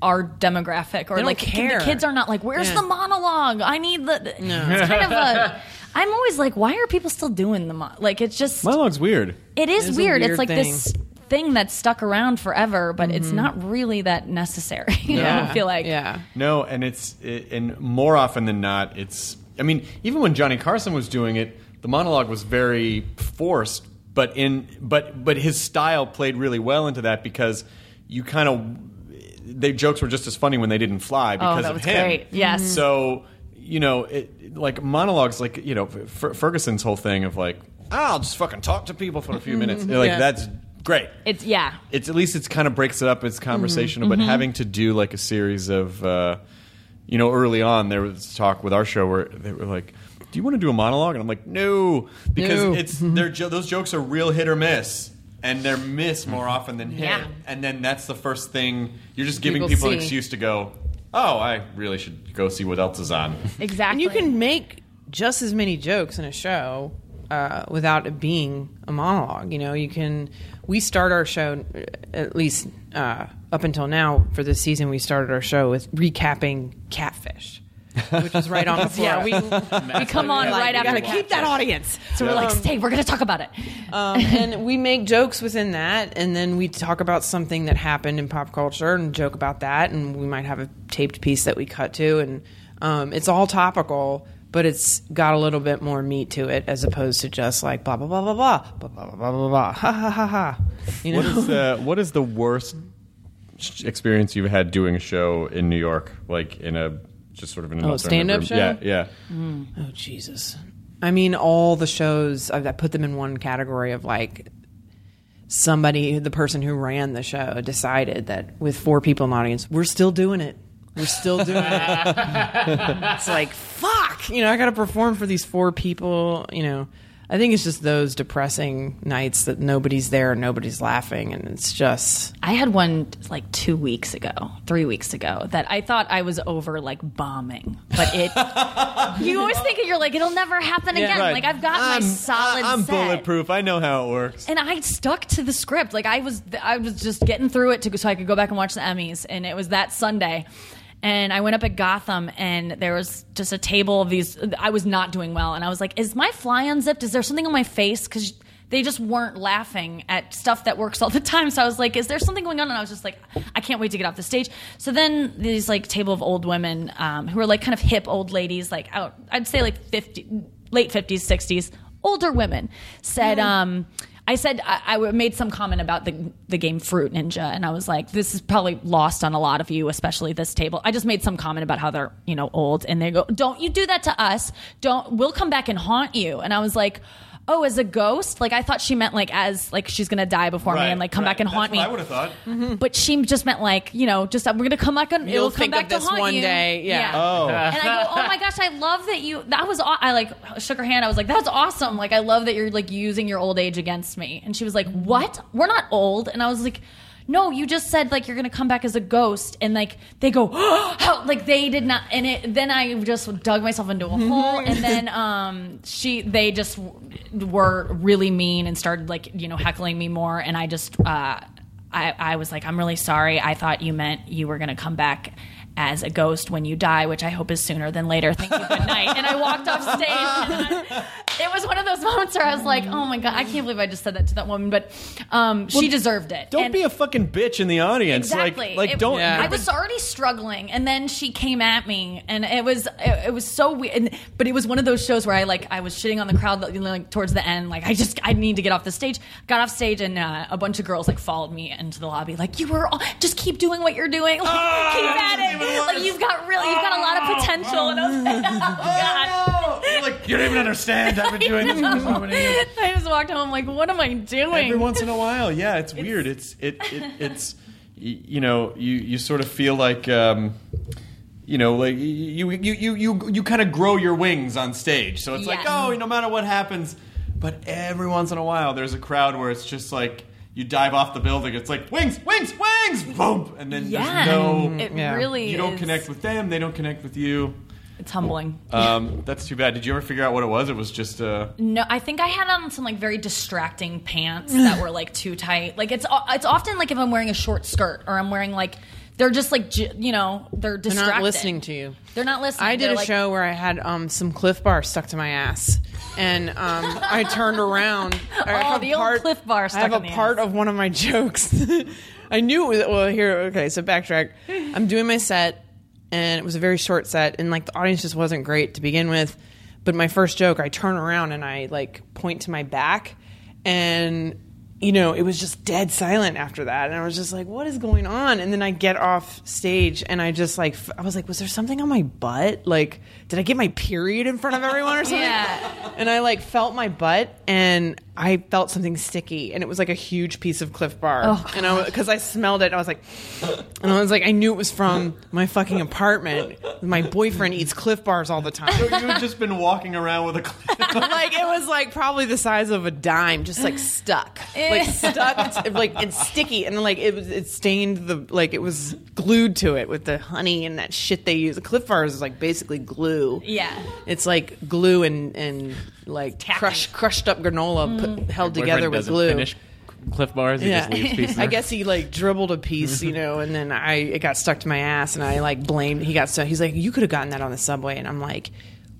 G: our demographic or
H: don't
G: like ki-
H: care.
G: the kids are not like. Where's
H: Yeah.
G: the monologue? I need the. It's kind of a. I'm always like, why are people still doing the mo-? like? It's just
I: Monologue's weird.
G: it is
H: It is a
G: weird.
H: weird Mm-hmm.
G: It's like this thing that's stuck around forever, but it's not really that necessary. I don't feel like
H: yeah,
D: No, and it's it, and more often than not, it's. I mean, even when Johnny Carson was doing it, the monologue was very forced, but in but but his style played really well into that because you kind of the jokes were just as funny when they didn't fly because
G: Oh, that
D: of
G: was
D: him.
G: great. Yes.
D: So you know, it, like monologues, like you know, Fer- Ferguson's whole thing of like, I'll just fucking talk to people for a few
G: Mm-hmm.
D: minutes. Like
H: Yeah.
D: that's great
G: it's yeah.
D: it's at least it's kind of breaks it up.
H: Mm-hmm.
D: It's conversational, but having to do like a series of, uh, you know, early on there was talk with our show where they were like, "Do you want to do a monologue?" And I'm like, "No," because
H: No. Mm-hmm.
D: it's they're jo- those jokes are real hit or miss, and they're miss
H: Mm.
D: more often than hit.
G: Yeah.
D: And then that's the first thing you're just giving
H: People
D: people an
H: see.
D: excuse to go. Oh, I really should go see what else is on.
G: Exactly.
H: and you can make just as many jokes in a show uh, without it being a monologue. You know, you can. We start our show, uh, at least uh, up until now for this season, we started our show with recapping Catfish, which was right on before.
G: Yeah, we- we come on right
H: we
G: after.
H: gotta
G: we
H: keep
G: watch
H: that
G: it.
H: audience.
G: So we're like, "Hey, we're gonna talk about it."
H: um, and we make jokes within that, and then we talk about something that happened in pop culture and joke about that, and we might have a taped piece that we cut to, and um, it's all topical, but it's got a little bit more meat to it as opposed to just like blah blah blah blah blah blah blah blah blah blah ha ha ha ha. You know,
D: What is the what is the worst sh- experience you've had doing a show in New York, like in a just sort of in an
H: Oh,
D: alternative
H: stand-up
D: room?
H: show?
D: Yeah, yeah.
H: oh Jesus! I mean, all the shows I, I put them in one category of like somebody, the person who ran the show, decided that with four people in the audience, we're still doing it. We're still doing it. it's like, fuck, you know, I got to perform for these four people, you know. I think it's just those depressing nights that nobody's there and nobody's laughing, and it's just
G: I had one like two weeks ago, three weeks ago, that I thought I was over like bombing, but it. you always think it, you're like it'll never happen again. Like I've got my solid.
D: I'm
G: set.
D: bulletproof. I know how it works.
G: And I stuck to the script. Like I was, I was just getting through it to, so I could go back and watch the Emmys. And it was that Sunday, and I went up at Gotham, and there was just a table of these. I was not doing well, and I was like, "Is my fly unzipped? Is there something on my face?" Because they just weren't laughing at stuff that works all the time. So I was like, "Is there something going on?" And I was just like, "I can't wait to get off the stage." So then these like table of old women um, who were like kind of hip old ladies, like out, I'd say like fifty, late fifties, sixties, older women said. Um, I said I, I w- made some comment about the the game Fruit Ninja, and I was like, "This is probably lost on a lot of you, especially this table." I just made some comment about how they're you know old, and they go, "Don't you do that to us? Don't we'll come back and haunt you." And I was like, "Oh, as a ghost? Like I thought she meant like as like she's gonna die before me and like come back and haunt me."
D: I would have thought.
G: But she just meant like you know just uh, we're gonna come back and
H: Mm. You'll
G: it'll come
H: think
G: back
H: of
G: to
H: this
G: haunt
H: one
G: you.
H: day. Yeah.
D: Oh.
G: And I go, oh my gosh, I love that you. That was. aw-" I like shook her hand. I was like, that's awesome. Like I love that you're like using your old age against me. And she was like,
H: Mm.
G: what? We're not old. And I was like. No, you just said like you're gonna come back as a ghost, and like they go, how? like they did not, and it, then I just dug myself into a
H: Mm-hmm.
G: hole, and then um she they just w- were really mean and started like you know heckling me more, and I just uh I, I was like, I'm really sorry. I thought you meant you were going to come back as a ghost when you die, which I hope is sooner than later. Thank you. Good night. And I walked off stage. And I- it was one of those moments where I was like, oh my God, I can't believe I just said that to that woman. But um, she deserved it.
D: Don't
G: And-
D: be a fucking bitch in the audience.
G: Exactly.
D: Like, like
G: It-
D: don't.
H: Yeah.
G: I was already struggling, and then she came at me, and it was it, it was so weird. And, but it was one of those shows where I like I was shitting on the crowd like, you know, like towards the end. Like I just I need to get off the stage. Got off stage, and uh, a bunch of girls like followed me into the lobby. Like you were all, just keep doing what you're doing. Like,
D: Ah,
G: keep at it. Like you've got really you've got a lot of potential. and I was like, oh, God.
D: You're like, you don't even understand. I've been doing this for so many years.
G: I just walked home like, what am I doing?
D: Every once in a while, yeah, it's weird. It's it, it it's y- you know you you sort of feel like um, y- you know, like you you you you you kind of grow your wings on stage. So it's like,
G: Yes.
D: oh, no matter what happens. But every once in a while, there's a crowd where it's just like you dive off the building. It's like wings, wings, wings, boom, and then
G: Yeah,
D: there's no.
G: it really.
D: You don't
G: is-
D: connect with them. They don't connect with you.
G: It's humbling.
D: Um, that's too bad. Did you ever figure out what it was? It was just uh,
G: No, I think I had on some like very distracting pants that were like too tight. Like it's o- it's often like if I'm wearing a short skirt or I'm wearing like they're just like j- you know they're
H: They're
G: distracting.
H: not listening to you.
G: They're not listening.
H: I did
G: They're
H: a
G: like-
H: show where I had um, some Cliff Bar stuck to my ass, and um, I turned around. I
G: Oh,
H: have
G: the old Cliff Bar
H: I
G: stuck
H: have
G: in
H: a
G: the
H: part
G: ass.
H: of one of my jokes. I knew it was well. Here, okay, so backtrack. I'm doing my set, and it was a very short set, and like the audience just wasn't great to begin with. But my first joke, I turn around and I like point to my back, and you know, it was just dead silent after that. And I was just like, what is going on? And then I get off stage and I just like, f- I was like, was there something on my butt? Like, did I get my period in front of everyone or something?
G: Yeah.
H: And I like felt my butt and I felt something sticky and it was like a huge piece of Cliff Bar. and I, cause I smelled it and I was like, and I was like, I knew it was from my fucking apartment. My boyfriend eats Cliff Bars all the time.
D: you had just been walking around with a. clip.
H: like it was like probably the size of a dime, just like stuck, like stuck, it's, like it's sticky, and like it was it stained the like it was glued to it with the honey and that shit they use. Cliff bars is like basically glue.
G: Yeah.
H: it's like glue and and like
G: Tacky.
H: crushed crushed up granola put, held
I: Boyfriend
H: together with
I: doesn't
H: glue.
I: Finish Cliff bars. He just leaves pieces.
H: I guess he like dribbled a piece, you know, and then I it got stuck to my ass, and I like blamed. He got stuck. He's like, you could have gotten that on the subway, and I'm like.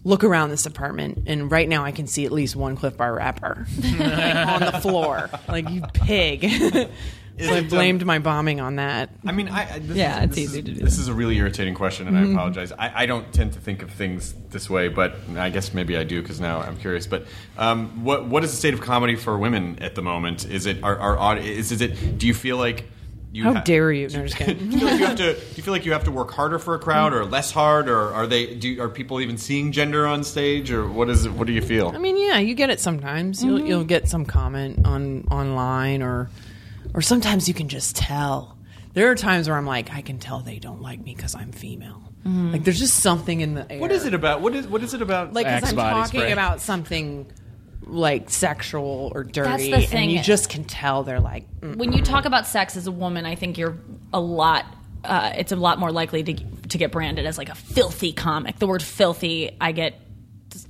H: Look around this apartment, and right now I can see at least one Cliff Bar wrapper like, on the floor. Like you pig! so I blamed my bombing on that.
D: I mean, I, I this
H: Yeah,
D: is,
H: it's
D: this
H: easy
D: is,
H: to do
D: This
H: that.
D: is a really irritating question, and I apologize. I, I don't tend to think of things this way, but I guess maybe I do because now I'm curious. But um, what what is the state of comedy for women at the moment? Is it are, are aud- is, is it? Do you feel like you
H: How
D: ha-
H: dare you? No, I'm just kidding.
D: Do you, feel like you have to, do you feel like you have to work harder for a crowd, or less hard, or are they? Do you- are people even seeing gender on stage, or what is it? What do you feel?
H: I mean, yeah, you get it sometimes. You'll, you'll get some comment on online, or or sometimes you can just tell. There are times where I'm like, I can tell they don't like me because I'm female. Like, there's just something in the air.
D: what is it about? What is what is it about?
H: Like, 'cause
I: Axe
H: I'm
I: body
H: talking
I: spray.
H: about something like sexual or dirty,
G: the thing.
H: and you just can tell they're like, mm.
G: when you talk about sex as a woman, I think you're a lot. Uh, it's a lot more likely to to get branded as like a filthy comic. The word "filthy," I get,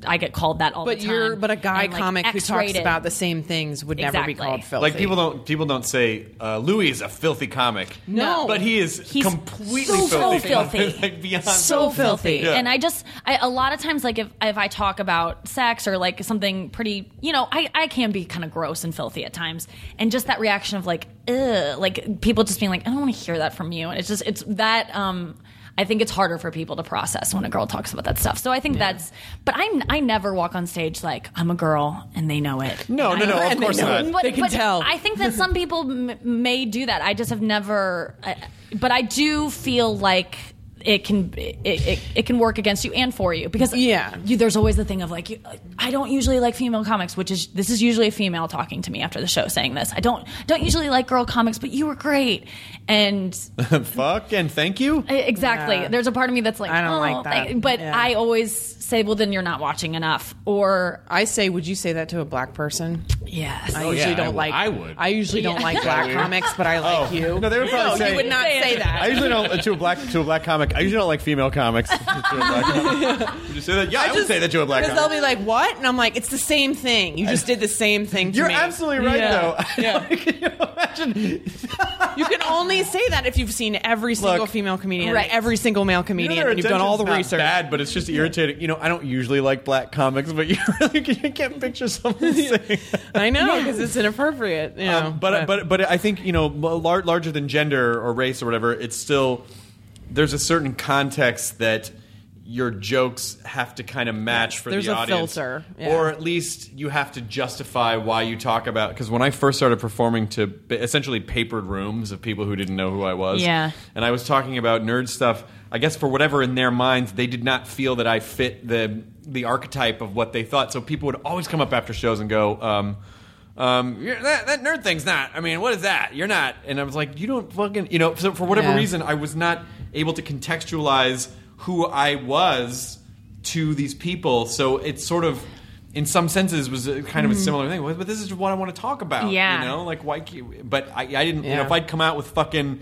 G: I get called that all
H: but
G: the time.
H: you're but a guy
G: And, like,
H: comic who talks
G: X-rated.
H: about the same things would never be
G: Exactly.
H: called filthy.
D: Like people don't people don't say uh, Louis is a filthy comic.
H: No.
D: but he is
G: He's
D: completely
G: so
D: filthy.
G: filthy.
D: like beyond
G: so filthy.
D: Yeah.
G: And I just, I, a lot of times, like if if I talk about sex or like something pretty, you know, I I can be kind of gross and filthy at times, and just that reaction of like, ugh, like people just being like, I don't want to hear that from you, and it's just it's that. um I think it's harder for people to process when a girl talks about that stuff. So I think that's, but I, I never walk on stage like I'm a girl and they know it.
D: No, no, no, of course
H: know.
D: not.
H: They can tell.
G: I think that some people m- may do that. I just have never. I, but I do feel like it can it, it, it can work against you and for you because
H: Yeah.
G: you, there's always the thing of like you, I don't usually like female comics, which is this is usually a female talking to me after the show saying this. I don't don't usually like girl comics, but you were great and e,
D: Fuck and thank you.
G: Exactly. There's a part of me that's like,
H: I don't
G: oh,
H: like that.
G: thank- but
H: Yeah.
G: I always say, well, then you're not watching enough. Or
H: I say, would you say that to a black person?
G: yes,
H: I usually
I: yeah, I
H: don't
I: would-
H: like.
I: I would.
H: I usually don't like black comics, but I like you.
D: Oh. No, they would probably say.
H: Oh, you would not say that.
D: I usually don't to a black to a black comic. I usually don't like female comics. to a black comic. Would you say that? Yeah, I, would say that to a black
H: Because they'll
D: comic.
H: be like, "What?" And I'm like, "It's the same thing. You just did the same thing." To
D: You're
H: me."
D: absolutely right,
H: Yeah.
D: though.
H: Yeah.
D: Can you imagine?
H: you can only say that if you've seen every single
D: Look.
H: female comedian,
G: Right.
H: every single male comedian,
D: Your
H: and you've done all the
D: attention's not
H: research.
D: Bad, but it's just irritating. You know, I don't usually like black comics, but you really you can't picture someone saying. that.
H: I know because it's inappropriate. You know,
D: Um, but but but I think you know lar- larger than gender or race or whatever. It's still there's a certain context that your jokes have to kind of match for
H: There's
D: the
H: a
D: audience,
H: filter, yeah.
D: or at least you have to justify why you talk about. Because when I first started performing to ba- essentially papered rooms of people who didn't know who I was,
G: Yeah.
D: and I was talking about nerd stuff. I guess for whatever in their minds, they did not feel that I fit the the archetype of what they thought. So people would always come up after shows and go, um, um, you're, that, that nerd thing's not. I mean, what is that? You're not. And I was like, you don't fucking, you know. So for whatever
H: Yeah.
D: reason, I was not able to contextualize who I was to these people. So it's sort of. In some senses, was a- kind of a similar thing, but this is what I want to talk about.
G: Yeah.
D: you know, like why? can't- But I, I didn't. You know,
H: Yeah.
D: if I'd come out with fucking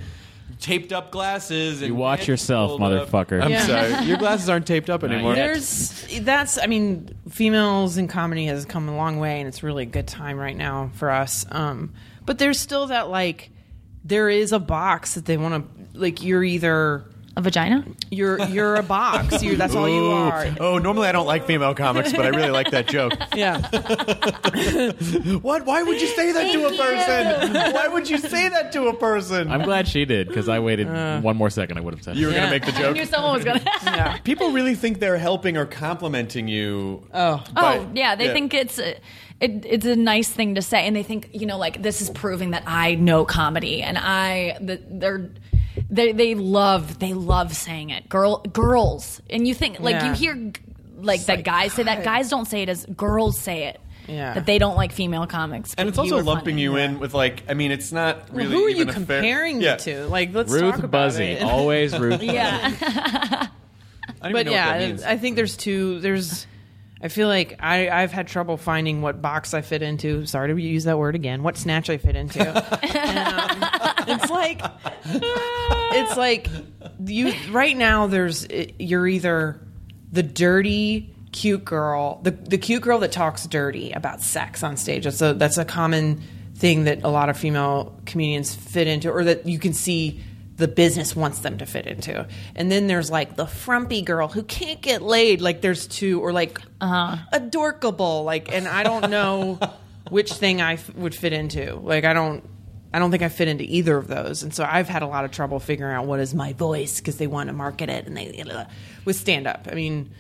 D: taped up glasses, and
I: You watch
D: pants
I: yourself,
D: pulled up-
I: motherfucker.
D: I'm
H: Yeah.
D: sorry, your glasses aren't taped up anymore.
I: yet.
H: There's that's I mean females in comedy has come a long way and it's really a good time right now for us. Um, but there's still that like there is a box that they want to like you're either
G: A vagina?
H: you're you're a box you're that's all you are.
D: Oh, normally I don't like female comics, but I really like that joke.
H: Yeah,
D: What? Why would you say that to a
G: Thank
D: person? Why would you say that to a person?
I: I'm glad she did because I waited
H: Uh.
I: one more second. I would have said
D: you were
H: Yeah.
D: gonna make the
G: I
D: joke.
G: knew someone was gonna.
D: People really think they're helping or complimenting you. Oh,
G: Oh yeah, they think it's a, it, it's a nice thing to say, and they think you know like this is proving that I know comedy, and I the, they're they they love they love saying it, girl girls, and you think like
H: Yeah.
G: you hear g- like that guys say that guys don't say it as girls say it.
H: Yeah.
G: That they don't like female comics,
D: and it's
G: but you
D: also
G: were
D: lumping
G: funny.
D: you in with like. I mean, it's not really.
H: who are you
D: even a fair-
H: comparing it
D: Yeah.
H: to? Like let's talk
I: Ruth
H: about
I: Buzzy,
H: it.
I: always Ruth.
G: Yeah,
D: I don't even
H: but
D: know
H: yeah,
D: what that means.
H: I think there's two. There's, I feel like I, I've had trouble finding what box I fit into. Sorry to use that word again. What snatch I fit into. And, um, it's like, it's like you right now. There's you're either the dirty cute girl, the the cute girl that talks dirty about sex on stage. That's a that's a common thing that a lot of female comedians fit into, or that you can see the business wants them to fit into. And then there's like the frumpy girl who can't get laid. Like there's two, or like adorkable. Like, and I don't know which thing I f- would fit into. Like, I don't. I don't think I fit into either of those, and so I've had a lot of trouble figuring out what is my voice because they want to market it and they with stand up. I mean,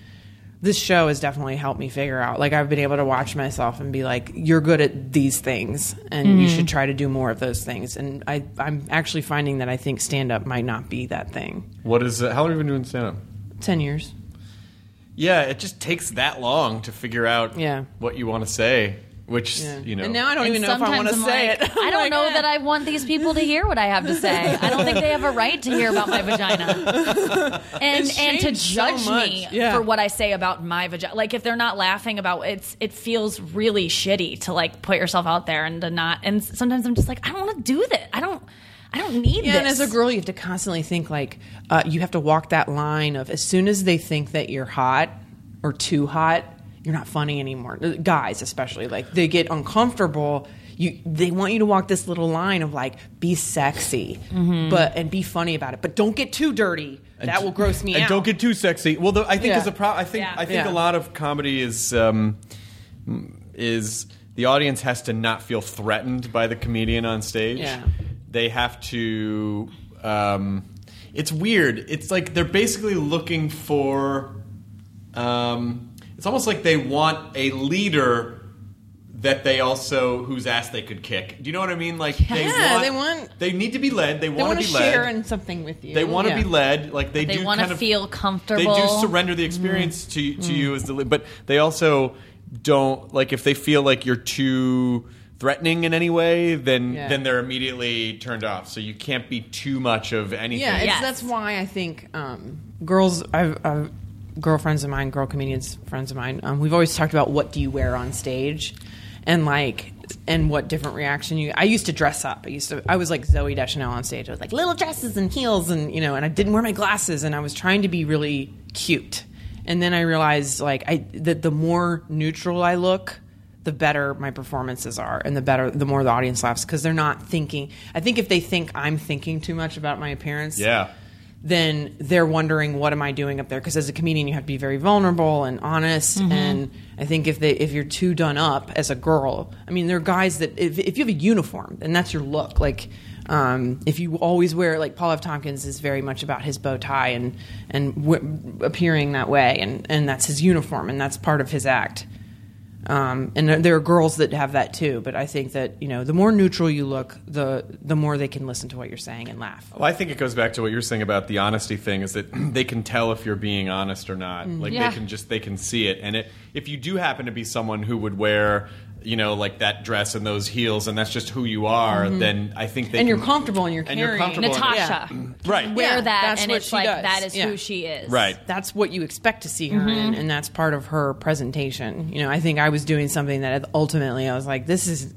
H: this show has definitely helped me figure out. Like I've been able to watch myself and be like, "You're good at these things, and you
G: Mm-hmm.
H: should try to do more of those things." And I, I'm actually finding that I think stand up might not be that thing.
D: what is? Uh, how long have you been doing stand up?
H: Ten years.
D: Yeah, it just takes that long to figure out.
H: Yeah.
D: What you want to say, which you know.
H: And now I don't
G: And
H: even know if I want to
G: sometimes I'm
H: say
G: like,
H: it.
G: I
H: I'm
G: don't
H: like,
G: know
H: eh.
G: that I want these people to hear what I have to say. I don't think they have a right to hear about my vagina, and
H: It's
G: and to
H: changed so
G: judge me
H: much. Yeah.
G: for what I say about my vagina. Like if they're not laughing about it's, it feels really shitty to like put yourself out there and to not. And sometimes I'm just like, I don't want to do that. I don't. I don't need
H: Yeah,
G: this.
H: and as a girl, you have to constantly think like uh, you have to walk that line of as soon as they think that you're hot or too hot, you're not funny anymore. Uh, Guys, especially, like they get uncomfortable. You, they want you to walk this little line of like be sexy, but and be funny about it, but don't get too dirty. that will gross me
D: and
H: out.
D: don't get too sexy. Well, the, I think
H: Yeah.
D: is a pro- I think
G: Yeah.
D: I think
H: Yeah.
D: a lot of comedy is um, is the audience has to not feel threatened by the comedian on stage.
H: Yeah.
D: They have to. Um, it's weird. It's like they're basically looking for. Um, it's almost like they want a leader that they also whose ass they could kick. Do you know what I mean? Like they,
H: Yeah,
D: want,
H: they want-
D: they need to be led. They,
H: They
D: want to be led.
H: share in something with you.
D: They want to
H: Yeah.
D: be led, like they,
G: They
D: do.
G: wanna
D: kind of-
G: feel comfortable.
D: They do surrender the experience
H: Mm-hmm.
D: to to you as the, li- but they also don't like if they feel like you're too threatening in any way, then
H: Yeah.
D: then they're immediately turned off. So you can't be too much of anything.
H: Yeah, it's,
G: Yes.
H: that's why I think um, girls. I've, I've girlfriends of mine, girl comedians, friends of mine. Um, we've always talked about what do you wear on stage, and like, and what different reaction you. I used to dress up. I used to. I was like Zoe Deschanel on stage. I was like little dresses and heels, and you know, and I didn't wear my glasses, and I was trying to be really cute. And then I realized like I that the more neutral I look, the better my performances are and the better the more the audience laughs because they're not thinking i think if they think i'm thinking too much about my appearance
D: Yeah.
H: then they're wondering what am i doing up there because as a comedian you have to be very vulnerable and honest and i think if they if you're too done up as a girl i mean there are guys that if, if you have a uniform then that's your look like um, if you always wear like paul f tompkins is very much about his bow tie and and w- appearing that way and and that's his uniform and that's part of his act um, and there- there are girls that have that too, but I think that you know the more neutral you look, the the more they can listen to what you're saying and laugh.
D: Well, I think it goes back to what you're saying about the
H: Mm-hmm.
D: honesty thing is that they can tell if you're being honest or not. Like
G: Yeah.
D: they can just they can see it and it if you do happen to be someone who would wear you know like that dress and those heels and that's just who you are then i think they
H: Mm-hmm. And
D: can-
H: you're comfortable and you're
D: Mm-hmm. and you're
H: carrying-
D: comfortable and-
G: Natasha.
D: right
G: Wear
H: Yeah,
G: that,
H: that's
G: and
H: what
G: it's
H: she
G: like
H: does.
G: that is
H: Yeah.
G: who she is.
D: right
H: that's what you expect to see her in, and that's part of her presentation. You know, I think I was doing something that ultimately I was like, this is,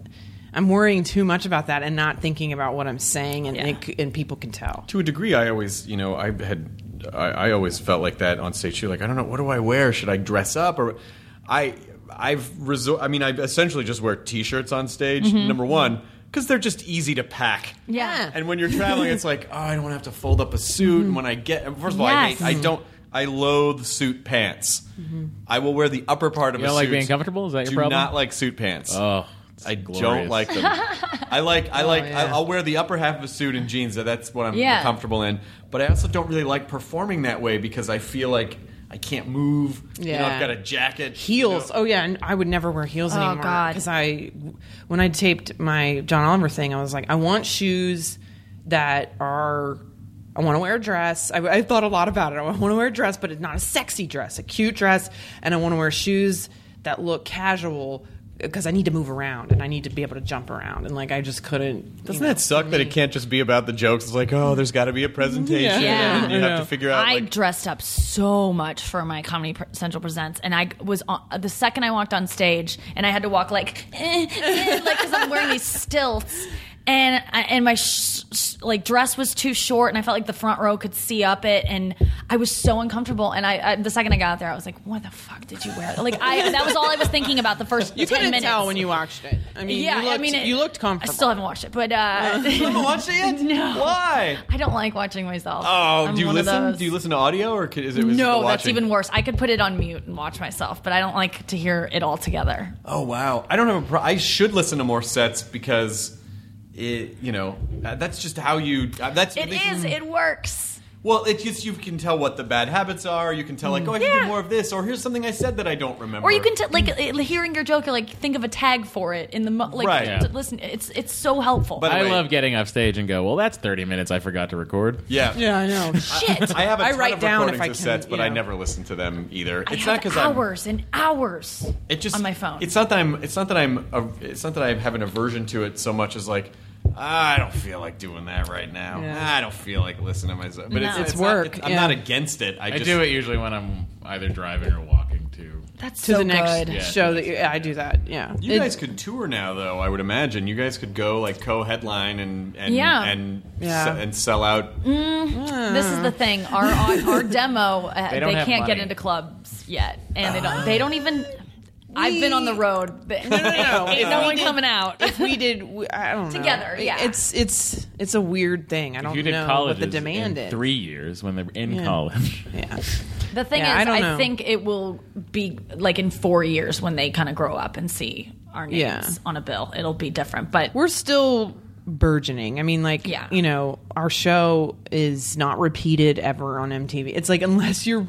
H: I'm worrying too much about that and not thinking about what I'm saying, and
G: Yeah.
H: it c and people can tell.
D: to a degree i always you know i had i, I always felt like that on stage too like i don't know what do i wear should i dress up or i i've resort i mean i essentially just wear t-shirts on stage number one because they're just easy to pack
G: Mm-hmm. Yeah. Mm-hmm.
D: and when you're traveling it's like oh i don't want to have to fold up a suit and when i get first of all
G: Yes. Mm-hmm.
D: i hate i don't I loathe suit pants. I will wear the upper part of
I: You
D: a
I: don't like
D: suit.
I: being comfortable? Is that your
D: Do
I: problem?
D: not like suit pants.
I: Oh, it's
D: I
I: glorious.
D: don't like them. I like
G: Oh,
D: I like I,
H: yeah.
D: I'll wear the upper half of a suit and jeans. That that's what I'm
G: Yeah.
D: comfortable in. But I also don't really like performing that way because I feel like I can't move. You know,
H: Yeah.
D: I've got a jacket. You
H: Heels.
D: know.
H: Oh yeah, and I would never wear heels anymore
G: Oh, God.
H: because I, when I taped my John Oliver thing, I was like, I want shoes that are. I want to wear a dress. I, I thought a lot about it. I want to wear a dress, but it's not a sexy dress, a cute dress, and I want to wear shoes that look casual because I need to move around and I need to be able to jump around. And like I just couldn't.
D: Doesn't that suck that it can't just be about the jokes? It's like, oh, there's got to be a presentation,
G: Yeah.
D: and you have to figure out.
G: I
D: like,
G: dressed up so much for my Comedy Pre- Central Presents, and I was on the second I walked on stage, and I had to walk like, eh, eh, like because I'm wearing these stilts, and I, and my sh- sh- like dress was too short, and I felt like the front row could see up it, and I was so uncomfortable. And I, I the second I got out there, I was like, what the fuck did you wear? Like I that was all I was thinking about the first
H: You
G: 10
H: couldn't
G: minutes.
H: tell when you watched it. I mean,
G: yeah,
H: you looked,
G: I mean, it-
H: you looked comfortable.
G: I still haven't watched it, but uh,
D: haven't watched it yet?
G: No.
D: Why?
G: I don't like watching myself.
D: Oh,
G: I'm
D: do you
G: one of
D: listen?
G: those-
D: Do you listen to audio or is it? Is it the
G: No, that's
D: watching?
G: even worse. I could put it on mute and watch myself, but I don't like to hear it all together.
D: Oh wow! I don't have a. Pro- I should listen to more sets because, it you know, uh, that's just how you. Uh, that's
G: It
D: they-
G: is. It works.
D: Well, it's just you can tell what the bad habits are. You can tell like, oh, I should
G: Mm. Yeah.
D: do more of this, or here's something I said that I don't remember.
G: Or you can t- like uh, hearing your joke. You're like think of a tag for it in the mo- like.
D: Right.
G: t- listen, it's it's so helpful.
D: By the
I: I
D: way-
I: love getting off stage and go, well, that's 30 minutes I forgot to record.
D: yeah,
H: yeah, I know.
G: Shit.
D: I have a
H: I
D: ton
H: write
D: of
H: down if
D: recordings
H: I
D: of
H: can,
D: sets, but
H: you
D: I
H: know.
D: never listen to them either.
G: I
D: it's not
G: have
D: because I'm
G: hours and hours.
D: It just
G: on my phone.
D: It's not that I'm. It's not that I'm. A, it's not that I have an aversion to it so much as like. "Ah, I don't feel like doing that right now.
H: Yeah.
D: I don't feel like listening to myself. But it's,
G: No. It's
D: not-
H: work,
D: I'm
H: yeah.
D: not against it. I,
I: I
D: just,
I: do it usually when I'm either driving or walking to.
G: that's
H: to
G: so
H: the next
G: good.
I: Yeah.
H: show that you, I do that. Yeah,
D: You
H: It-
D: guys could tour now, though. I would imagine you guys could go like co-headline and and
G: Yeah.
D: and,
H: Yeah.
D: se- and sell out.
G: This is the thing. Our our, our demo. Uh,
I: They
G: they
I: don't have
G: can't get
I: money.
G: into clubs yet, and they don't. They don't even. I've been on the road. No, no,
H: no, no.
G: Ain't no one coming out.
H: if we did, we- I don't know.
G: Together, yeah.
H: It's it's it's a weird thing. I don't
I: If you did
H: know
I: college
H: what the demand
I: in
H: is.
I: three years when they're in college.
H: Yeah.
G: The thing
H: Yeah, I
G: is,
H: don't
G: I,
H: know.
G: think it will be like in four years when they kind of grow up and see our names
H: Yeah.
G: on a bill. It'll be different, but
H: We're still burgeoning. I mean, like,
G: Yeah.
H: you know, our show is not repeated ever on MTV. It's like unless you're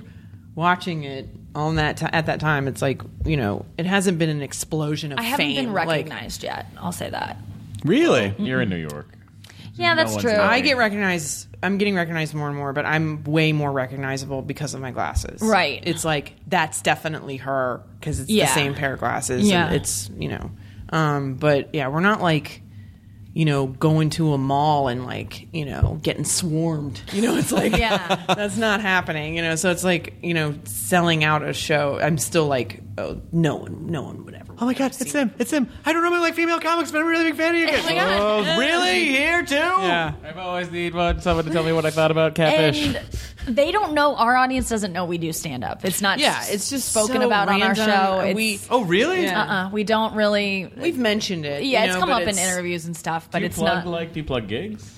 H: watching it on that ti at that time, it's like you know, it hasn't been an explosion of
G: I haven't
H: fame.
G: been
H: Like,
G: recognized yet. I'll say that.
D: Really?
I: You're in New York.
G: Yeah, that's
I: one's
G: true.
I: gonna-
H: I get recognized. I'm getting recognized more and more, but I'm way more recognizable because of my glasses.
G: Right.
H: It's like that's definitely her because it's
G: Yeah.
H: the same pair of glasses.
G: Yeah.
H: And it's you know, um, but yeah, we're not like. You know, going to a mall and like, you know, getting swarmed. You know, it's like,
G: Yeah.
H: that's not happening. You know, so it's like, you know, selling out a show. I'm still like, oh, no one, no one would ever.
D: Oh my god, it's them! It's them! I don't normally like female comics, but I'm a really big fan of you guys.
G: Oh my God.
D: really? Here too?
H: Yeah.
I: I've always need one, someone to tell me what I thought about catfish.
G: and they don't know. Our audience doesn't know we do stand up. It's not.
H: Yeah, it's just
G: spoken
H: so
G: about on
H: random.
G: our show.
H: We-
G: It's-
D: Oh really?
H: Yeah.
G: uh-uh, we don't really.
H: We've mentioned it.
G: yeah,
H: you
G: it's
H: know,
G: come
H: but
G: up in
H: it's-
G: interviews and stuff, but
I: do you
G: it's
I: plug
G: not.
I: like do you plug gigs?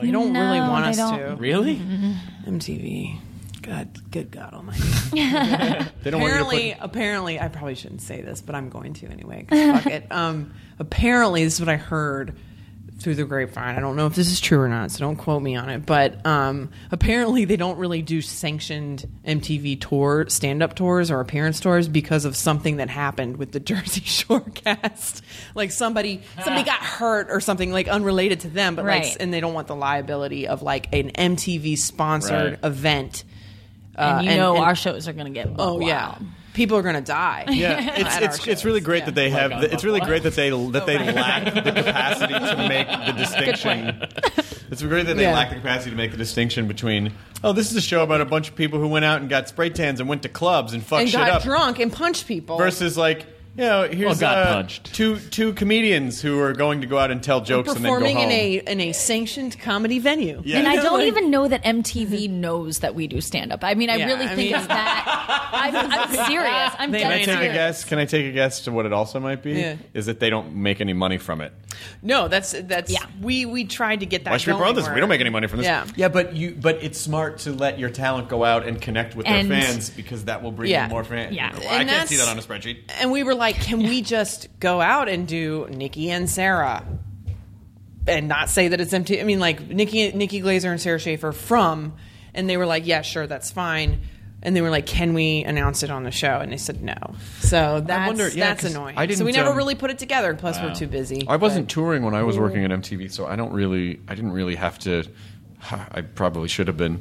H: You don't really
G: No,
H: want
G: they
H: us
G: don't.
H: to.
I: Really?
H: MTV. God, good God Almighty.
D: They don't want
H: apparently,
D: you to
H: apparently, I probably shouldn't say this, but I'm going to anyway. 'cause fuck it. Um, apparently, this is what I heard through the grapevine. I don't know if this is true or not, so don't quote me on it. But um, apparently, they don't really do sanctioned MTV tour, stand-up tours, or appearance tours because of something that happened with the Jersey Shore cast. like somebody, somebody got hurt or something like unrelated to them, but
G: Right.
H: like, and they don't want the liability of like an MTV sponsored
I: Right.
H: event.
G: and
H: uh,
G: you
H: and-
G: know
H: and-
G: our shows are going to get.
H: Oh yeah. people are going to die.
D: Yeah, it's
H: at
D: it's,
H: our
D: it's really
H: shows.
D: great
H: Yeah.
D: that they have.
I: on
D: The, it's really
I: Buffalo.
D: great that they that they
H: Oh,
D: lack the capacity to make the distinction. It's great that they
H: Yeah.
D: lack the capacity to make the distinction between oh, this is a show about a bunch of people who went out and got spray tans and went to clubs and fucked
H: and
D: shit
H: got
D: up
H: drunk and punched people.
D: versus like. You know, here's
I: got
D: uh,
I: punched.
D: two two comedians who are going to go out and tell jokes and then go
H: performing
D: home.
H: in a in a sanctioned comedy venue.
D: Yeah.
G: And I don't
H: Like-
G: even know that MTV knows that we do stand up. I mean, I
H: Yeah,
G: really
H: I
G: think
H: mean-
G: it's that. I'm, I'm serious. I'm
H: They
G: dead
H: may
D: Can I take a
G: serious.
D: guess? Can I take a guess to what it also might be?
H: Yeah.
D: Is that they don't make any money from it?
H: No, that's that's
G: Yeah.
H: we we tried to get that.
D: Why should we
H: going
D: borrow this? We
H: where-
D: don't make any money from this.
H: Yeah.
D: but you but it's smart to let your talent go out and connect with
G: And-
D: their fans because that will bring
H: Yeah.
D: you more fans.
G: Yeah.
D: Well, I
H: And
D: can't see that
H: that's-
D: on a spreadsheet.
H: And we were like, can we just go out and do Nikki and Sarah, and not say that it's empty? I mean, like Nikki Nikki Glazer and Sarah Schaefer from, and they were like, yeah, sure, that's fine. And they were like, "Can we announce it on the show?" And they said no. So that's
D: wonder- yeah,
H: that's
D: 'cause
H: annoying.
D: I didn't,
H: so we never
D: um,
H: really put it together. And plus, we're too busy.
D: I wasn't touring when I was working at MTV, so I don't really I didn't really have to. I probably should have been,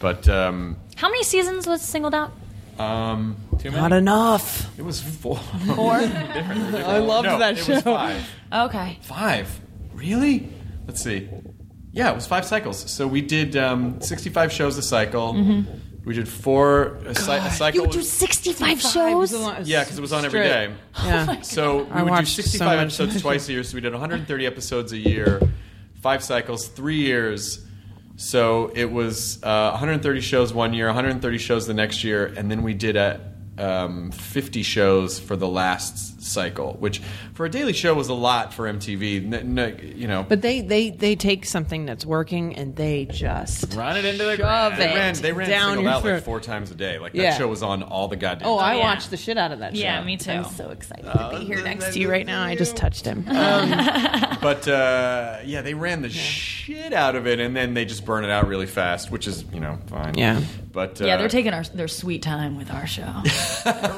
D: but um,
G: How many seasons was singled out?
D: um,
H: not enough.
D: it was four.
G: Four.
H: I loved
D: no,
H: that
D: it
H: show.
D: was five.
G: okay.
D: Five? Really? Let's see. Yeah, it was five cycles. So we did um, 65 shows a cycle. We did four a, cy- a cycle.
G: Mm-hmm. You do 65
H: Five
G: shows?
H: was a lot-
D: yeah, because it was on every
H: Straight. Oh
D: day.
H: Yeah.
D: So we
H: I
D: would do
H: watched so
D: 65
H: much.
D: episodes twice a year. So we did 130 episodes a year, five cycles, three years. So it was uh, 130 shows one year, 130 shows the next year, and then we did a. Um, 50 shows for the last cycle, which for a daily show was a lot for MTV. N- n- you know,
H: But they they they take something that's working and they just
I: Run it into the
H: shove
I: ground.
H: it
D: They ran, they ran
H: down
D: single
H: your
D: out
H: throat.
D: like four times a day. Like
H: Yeah.
D: that show was on all the goddamn.
H: Oh, I
D: time.
G: yeah.
H: watched the shit out of that.
G: Yeah,
H: show.
G: me too.
H: I'm so excited to be here next to you right now. I just touched him.
D: But uh, yeah, they ran the shit out of it, and then they just burn it out really fast, which is you know fine.
H: Yeah.
D: But uh,
G: yeah, they're taking our, their sweet time with our show.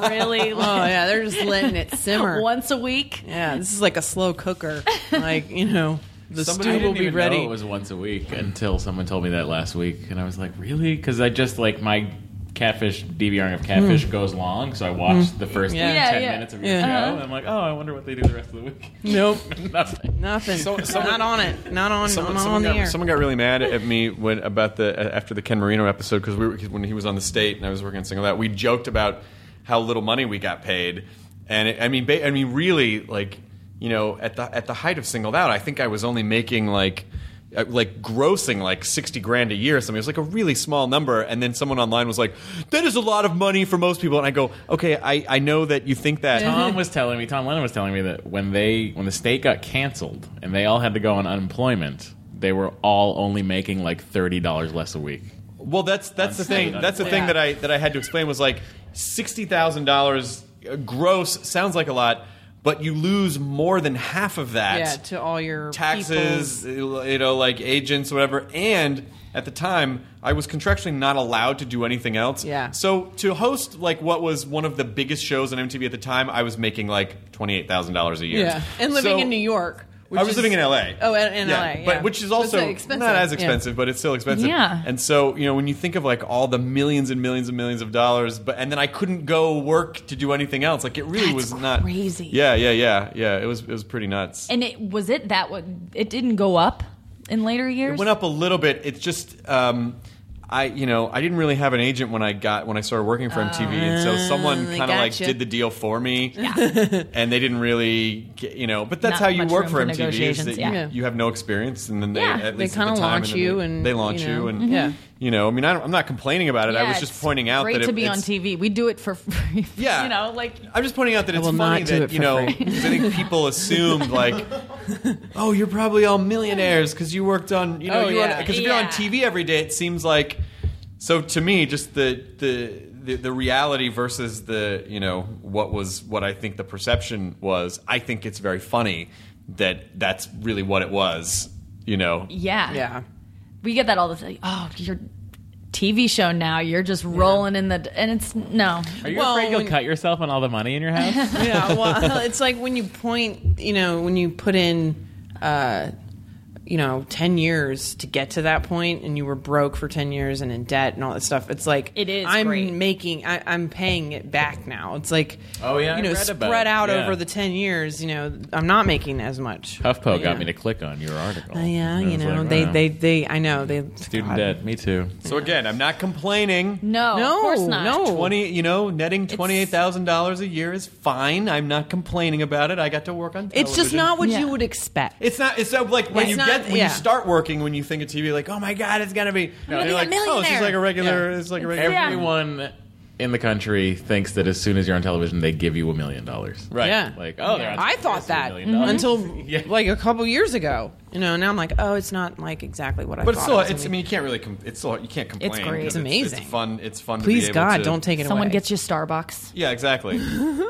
G: really?
H: oh yeah, they're just letting it simmer.
G: Once a week?
H: yeah, this is like a slow cooker. Like you know, the
D: Somebody
H: stew
D: didn't
H: will be
D: even
H: ready.
I: know it was once a week until someone told me that last week, and I was like, really? Because I just like my catfish DVRing of catfish goes long, so I watched the first
H: Hmm. Yeah.
I: like,
G: Yeah,
I: ten
G: yeah.
I: minutes of your
H: Yeah.
I: show,
H: Uh-huh.
I: and I'm like, oh, I wonder what they do the rest of the week.
H: nope,
I: Nothing.
H: nothing. not on it. Not on.
D: Someone,
H: not
D: someone
H: on
D: got,
H: the air.
D: someone got really mad at me when about the uh, after the Ken Marino episode because we were, when he was on the state and I was working on single out. We joked about how little money we got paid, and it, I mean, ba- I mean, really, like you know, at the at the height of singled out, I think I was only making like. uh, Like grossing like sixty grand a year or something. It was like a really small number, and then someone online was like, "That is a lot of money for most people." And I go, "Okay, I, I know that you think that."
I: Tom was telling me, Tom Lennon was telling me that when they when the state got canceled and they all had to go on unemployment, they were all only making like thirty dollars less a week.
D: Well, that's that's the thing.
I: Unpaid,
D: That's the
I: unpaid.
D: thing that I that I had to explain was like sixty thousand dollars uh, gross sounds like a lot, but you lose more than half of that.
H: yeah, to all your
D: taxes, you know, like agents, whatever. And at the time, I was contractually not allowed to do anything else.
H: Yeah.
D: So to host like what was one of the biggest shows on MTV at the time, I was making like twenty eight thousand dollars a
H: people.
D: year.
H: Yeah, and living
D: So-
H: in New York. which
D: I was
H: is-
D: living in LA.
H: Oh, in, in LA, yeah.
D: But which is
H: So it's,
D: also
H: like, expensive.
D: not as
H: Yeah.
D: expensive, but it's still expensive.
G: Yeah.
D: And so, you know, when you think of like all the millions and millions and millions of dollars, but and then I couldn't go work to do anything else. Like it really
G: That's
D: was not
G: crazy.
D: Yeah, yeah, yeah. Yeah, it was it was pretty nuts.
G: And it was it that what it didn't go up in later
D: It
G: years?
D: went up a little bit. It's just um, I you know I didn't really have an agent when I got when I started working for MTV, and so
G: Oh,
D: someone
H: they
D: kind of like
H: gotcha.
D: did the deal for me, and they didn't really get, you know. But that's
G: Not
D: how you
G: much
D: work
G: room
D: for
G: for
D: MTV is
G: negotiations,
D: that
G: yeah.
D: you,
G: Yeah.
D: you have no experience, and then they
G: Yeah.
D: at
H: They
D: least at the
H: kinda
D: time,
H: launch
D: then
H: you
D: they,
H: and,
D: they launch
H: you
D: you,
H: know.
D: and
H: Yeah.
D: you know I mean I don't, I'm not complaining about it. I was
G: Yeah,
D: just
G: it's
D: pointing out
G: great
D: that it,
G: to be on
D: it's-
G: TV. We do it for free.
D: yeah,
G: you know, like
D: I'm just pointing out that it's
H: will
D: funny
H: not do
D: that
H: it
D: you
H: for
D: know
H: free.
D: 'cause I think people assumed like, oh, you're probably all millionaires because you worked on you know
H: Oh,
D: you
H: yeah.
D: because if you're on
G: Yeah.
D: TV every day, it seems like. So to me, just the the. The, the reality versus the you know what was what I think the perception was I think it's very funny that that's really what it was you know
G: yeah,
H: Yeah.
G: We get that all the time. Oh, your TV show now. You're just rolling in the and it's no.
I: Are you
H: Well,
I: afraid you'll
H: when-
I: cut yourself on all the money in your house?
H: yeah, well, it's like when you point, you know, when you put in uh, you know, 10 years to get to that point and you were broke for 10 years and in debt and all that stuff. It's like,
G: It is
H: I'm
G: great.
H: making, I, I'm paying it back now. It's like,
I: Oh, yeah, I
H: you know,
I: read about
H: spread
I: it.
H: out
I: Yeah.
H: over the 10 years, you know, I'm not making as much.
I: HuffPo
H: Yeah.
I: got me to click on your article.
H: Uh, yeah,
I: And I
H: you
I: was
H: know,
I: like,
H: they,
I: wow.
H: they, they, I know, they,
I: Student
H: God.
I: debt. Me too.
D: So again, I'm not complaining.
G: No,
H: No,
G: Oh, of course not.
H: no.
D: Twenty, you know, netting twenty eight thousand dollars a year is fine. I'm not complaining about it. I got to work on. Television.
H: It's just not what
G: Yeah.
H: you would expect.
D: It's not. It's not like when
H: It's
D: you
H: not-
D: get when
H: yeah.
D: you start working when you think of TV like oh my god it's gonna be no,
G: gonna be a
D: like oh it's just
G: millionaire."
D: like a regular it's like a regular
G: Yeah.
I: Everyone in the country thinks that as soon as you're on television, they give you a million dollars.
D: right
H: Yeah.
I: Like, oh, they're on
H: I
I: TV,
H: thought
I: it's a
H: that
I: million dollars.
H: until like a couple years ago. You know, now I'm like, oh, it's not like exactly what I
D: But it's
H: thought.
D: still
H: it was
D: it's I
H: gonna
D: mean you can't really com- it's still you can't complain
G: great.
D: 'cause
G: It's
H: amazing.
D: it's fun it's fun
H: be.
D: to be
H: please
D: able
H: God,
D: to-
H: don't take it
G: Someone
H: away.
G: gets you Starbucks.
D: Yeah, exactly.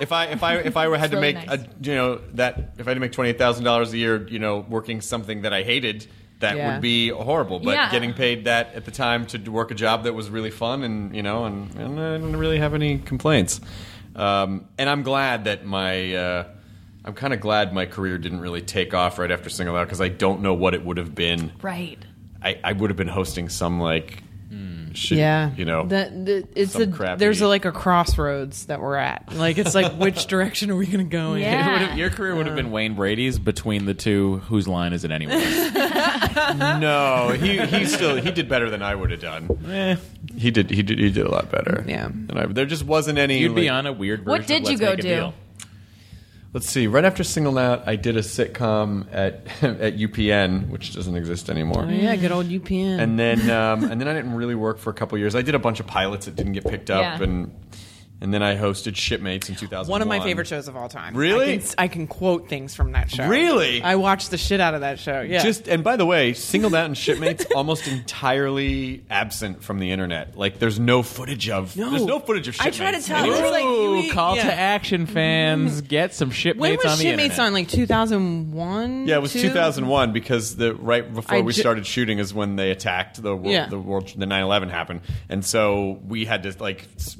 D: if I if I if I had to
G: really
D: make
G: nice.
D: a you know that if I had to make twenty eight thousand dollars a year, you know, working something that I hated, that
H: Yeah.
D: would be horrible. But
G: Yeah.
D: getting paid that at the time to d- work a job that was really fun and you know, and, and I didn't really have any complaints. Um, and I'm glad that my uh, I'm kind of glad my career didn't really take off right after Single Out because I don't know what it would have been.
G: Right.
D: I, I would have been hosting some like shit,
H: Hmm. yeah,
D: you know,
H: the, the, it's
D: some
H: a,
D: crappy-
H: there's a, like a crossroads that we're at. Like it's like which direction are we going to go in?
G: Yeah.
I: It would've- your career would have
H: Uh.
I: been Wayne Brady's between the two. Whose line is it anyway?
D: No, he, he still he did better than I would have done.
I: Eh,
D: He did he did he did a lot better.
H: Yeah.
D: And I, there just wasn't any.
I: You'd be
D: like-
I: on a weird. Version
G: What
I: of
G: did you
I: Let's
G: go
I: Make a
G: do?
I: Deal.
D: Let's see. Right after Singled Out, I did a sitcom at at UPN, which doesn't exist anymore.
H: Oh, Yeah, good old UPN.
D: And then um, and then I didn't really work for a couple years. I did a bunch of pilots that didn't get picked up,
G: Yeah.
D: and and then I hosted Shipmates in 2001.
H: one of my favorite shows of all time.
D: Really?
H: I can, I can quote things from that show.
D: Really?
H: I watched the shit out of that show. Yeah,
D: Just and by the way, singled out and shipmates almost entirely absent from the internet. Like there's no footage of
H: No.
D: there's no footage of
H: I
D: shipmates.
H: try to tell- it's like you eat-
I: call
H: yeah. Mm-hmm.
I: to action, fans! Get some shipmates
H: when was
I: on the
H: Shipmates
I: internet.
H: on? Like 2001.
D: Yeah, it was
H: two?
D: 2001 because the right before
H: I
D: we
H: ju-
D: started shooting is when they attacked the world,
H: Yeah.
D: the world, the 9/11 happened, and so we had to like s-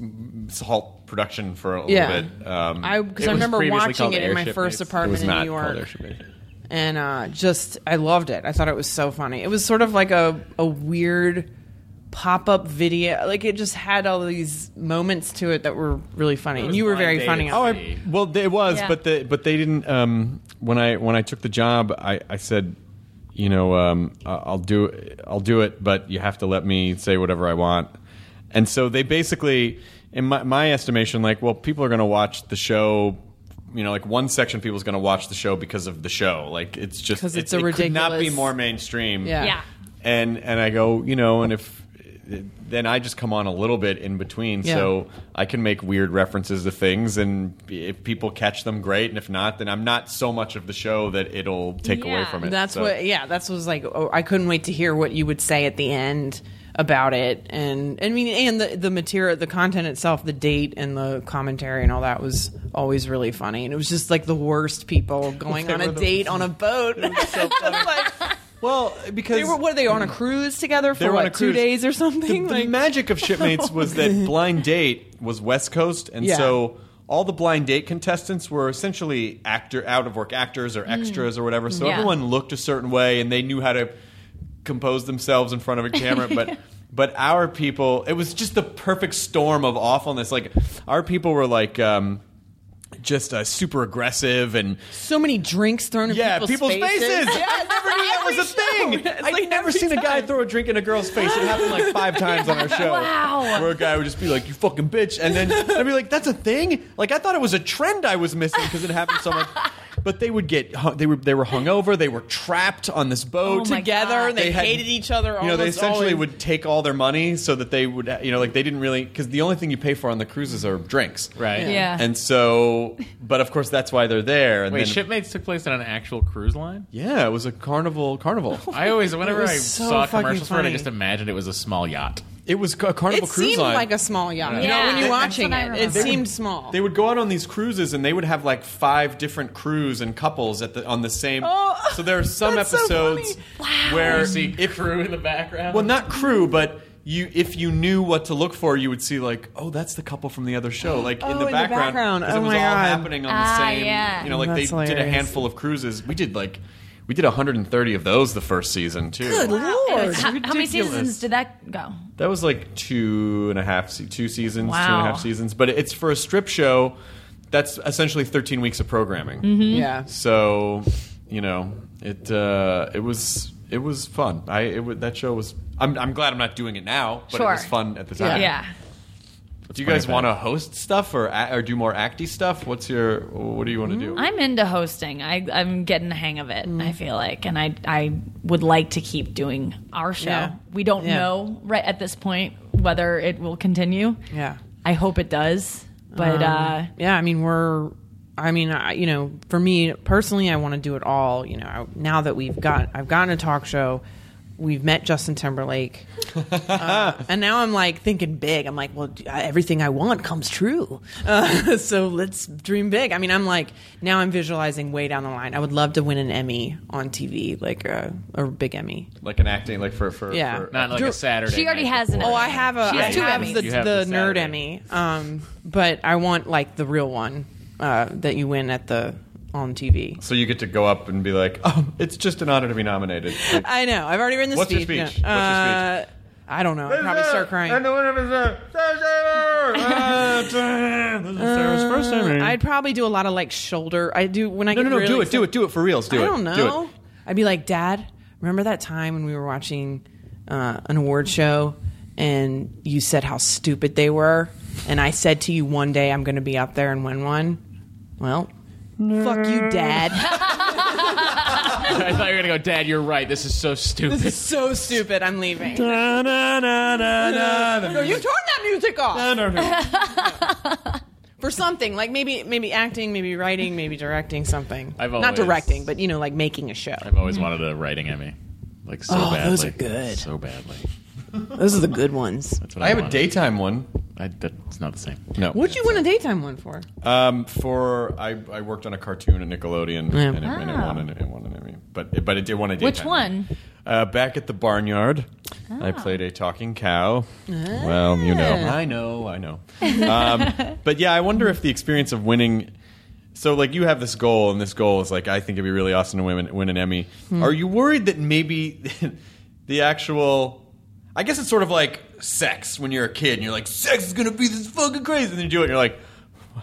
D: s- halt production for a
H: Yeah.
D: little bit. Um,
H: I because
I: It
H: I
I: was
H: remember
I: previously
H: watching
I: called
H: it in my
I: Airship
H: first
I: Mates. It
D: it
H: apartment
D: was
H: in
D: not
H: New
D: called
H: York,
D: Airship Nation.
H: and uh, just I loved it. I thought it was so funny. It was sort of like a a weird pop up video. Like it just had all these moments to it that were really funny. And you were very
I: blind
H: funny.
I: dates.
H: on
D: Oh,
H: it.
D: I, well, it was,
G: Yeah.
D: but the but they didn't. Um, when I when I took the job, I, I said, you know, um, I- I'll do I'll do it, but you have to let me say whatever I want. And so they basically, in my, my estimation, like, well, people are going to watch the show. You know, like one section of people is going to watch the show because of the show. Like it's just
H: 'Cause it's
D: it,
H: a
D: it could not be
H: ridiculous-
D: more mainstream
H: Yeah.
G: Yeah.
D: and and I go, you know, and if then I just come on a little bit in between,
H: Yeah.
D: so I can make weird references to things, and if people catch them, great, and if not, then I'm not so much of the show that it'll take away
G: Yeah.
D: from it.
H: That's
D: So-
H: what. Yeah, that's what was like. Oh, I couldn't wait to hear what you would say at the end about it, and I mean, and the the material, the content itself, the date and the commentary and all that was always really funny. And it was just like the worst people going on a date on a boat. Just like,
D: Well, because
H: they were, what are they on a cruise together
D: Mm. They
H: for
D: were on
H: what,
D: a
H: two
D: cruise.
H: days or something?
D: The, the
H: Like-
D: magic of Shipmates was that Blind Date was West Coast, and
H: Yeah.
D: so all the Blind Date contestants were essentially actor out of work actors
H: Mm.
D: or extras or whatever. So
G: Yeah.
D: everyone looked a certain way, and they knew how to compose themselves in front of a camera, but. But our people, it was just the perfect storm of awfulness. Like our people were like um, just uh, super aggressive and
H: so many drinks thrown in
D: yeah,
H: people's,
D: people's faces.
H: Yeah,
D: I never knew that was a thing.
H: It's
D: I'd
H: like
D: never
H: every
D: seen a guy
H: time.
D: throw a drink in a girl's face. It happened like five times on our show.
G: Wow.
D: Where a guy would just be like, "You fucking bitch," and then I'd be like, "That's a thing." Like I thought it was a trend I was missing because it happened so much. But they would get hung, they were they were hungover. They were trapped on this boat
G: Oh my
H: together.
G: God.
H: They,
D: had-
H: hated each other.
D: You know, they
H: almost
D: essentially
H: always.
D: would take all their money so that they would, you know, like they didn't really because the only thing you pay for on the cruises are drinks,
I: Right.
G: Yeah.
D: And so, but of course, that's why they're there. And
I: Wait,
D: then,
I: Shipmates took place on an actual cruise line.
D: Yeah, it was a carnival. Carnival.
I: I always, whenever
H: was
I: I
H: so
I: saw
H: fucking
I: commercials for it, I
H: funny.
I: just imagined it was a small yacht.
D: It was a Carnival
H: It
D: Cruise
H: seemed
D: Line.
H: like a small yacht. You know,
G: Yeah,
H: when you're
G: that's
H: watching
G: what I
H: it, it
G: remember.
H: seemed small.
D: they would go out on these cruises and they would have like five different crews and couples at the on the same.
H: Oh,
D: so there are some
H: that's so
D: episodes where
I: You see crew in the background.
D: well, not crew, but you if you knew what to look for, you would see like, oh, that's the couple from the other show, like
H: Oh,
D: in
H: in
D: the
H: the
D: background,
H: background.
D: 'cause
H: Oh
D: it was
H: my
D: all
H: God.
D: happening on the
G: Ah,
D: same.
G: yeah.
D: You know, like
H: That's
D: they did a
H: hilarious.
D: handful of cruises. We did like We did 130 of those the first season too.
G: It was- how, how many seasons did that go?
D: That was like two and a half, se- two seasons, two and
G: Wow.
D: a half seasons. But it's for a strip show. That's essentially 13 weeks of programming.
G: Mm-hmm.
H: Yeah.
D: So, you know, it uh, it was it was fun. I it, wa- that show was. I'm, I'm glad I'm not doing it now, but it
G: Sure.
D: was fun at the
G: Yeah.
D: time. Do you guys
I: bring it
D: want to host stuff or a- or do more acty stuff? What's your what do you want to do?
G: I'm into hosting. I, I'm getting the hang of it. I feel like, and I I would like to keep doing our show.
H: Yeah.
G: We don't
H: Yeah.
G: know right at this point whether it will continue.
H: Yeah.
G: I hope it does, but uh,
H: yeah i mean we're i mean I, you know for me personally i want to do it all you know I, now that we've got i've gotten a talk show we've met justin timberlake Uh, and now i'm like thinking big i'm like well d- uh, everything i want comes true uh, so let's dream big i mean i'm like now i'm visualizing way down the line i would love to win an emmy on tv like uh, a big emmy
D: like an acting, like for for
H: Yeah.
D: for-
I: Not like
H: Drew-
I: a Saturday.
G: She already
I: night
G: has an
I: before.
G: Emmy.
H: Oh, I have a
G: She has
H: I
G: two
H: have
G: Emmys.
H: the,
I: You have
H: the
I: the
H: nerd
I: Saturday.
H: Emmy, um, but I want like the real one uh, that you win at the on TV.
D: So you get to go up and be like, oh, it's just an honor to be nominated. Like,
H: I know. I've already written the
D: What's your
H: speech.
D: speech?
H: No,
D: What's your
H: uh, I don't know. I'd probably start crying.
D: uh,
H: Uh, I'd probably do a lot of like shoulder. I do when I
D: no,
H: get
D: no, no!
H: really
D: do it, do
H: excited-
D: it, do it for reals. Do
H: I
D: it.
H: don't know.
D: Do it.
H: I'd be like, Dad, remember that time when we were watching uh, an award show and you said how stupid they were, and I said to you one day I'm going to be up there and win one. Well, fuck you, Dad.
I: I thought you were gonna go, Dad. You're right. This is so stupid.
H: this is so stupid. I'm leaving. no, you turn that music off. For something like maybe maybe acting, maybe writing, maybe directing something.
I: I've
H: not
I: always-
H: directing, but you know, like making a show.
I: I've always wanted a writing Emmy, like so
H: Oh,
I: badly.
H: those are good.
I: So badly.
H: Those are the good ones.
I: That's what
D: I have a
I: wanted.
D: daytime one.
I: I, that's not the same.
D: No.
H: What'd you win a daytime one for?
D: Um, for I, I worked on a cartoon at Nickelodeon,
H: Yeah. Ah.
D: and, it, and it won, and it won an Emmy. But but it did won a
G: Which
D: daytime
G: one?
D: Uh, back at the barnyard,
H: Ah.
D: I played a talking cow. Well, you know, I know, I know. um, but yeah, I wonder if the experience of winning. So, like, you have this goal, and this goal is like, I think it'd be really awesome to win, win an Emmy.
H: Hmm.
D: Are you worried that maybe the actual? I guess it's sort of like sex when you're a kid, and you're like, sex is gonna be this fucking crazy, and then you do it, and you're like,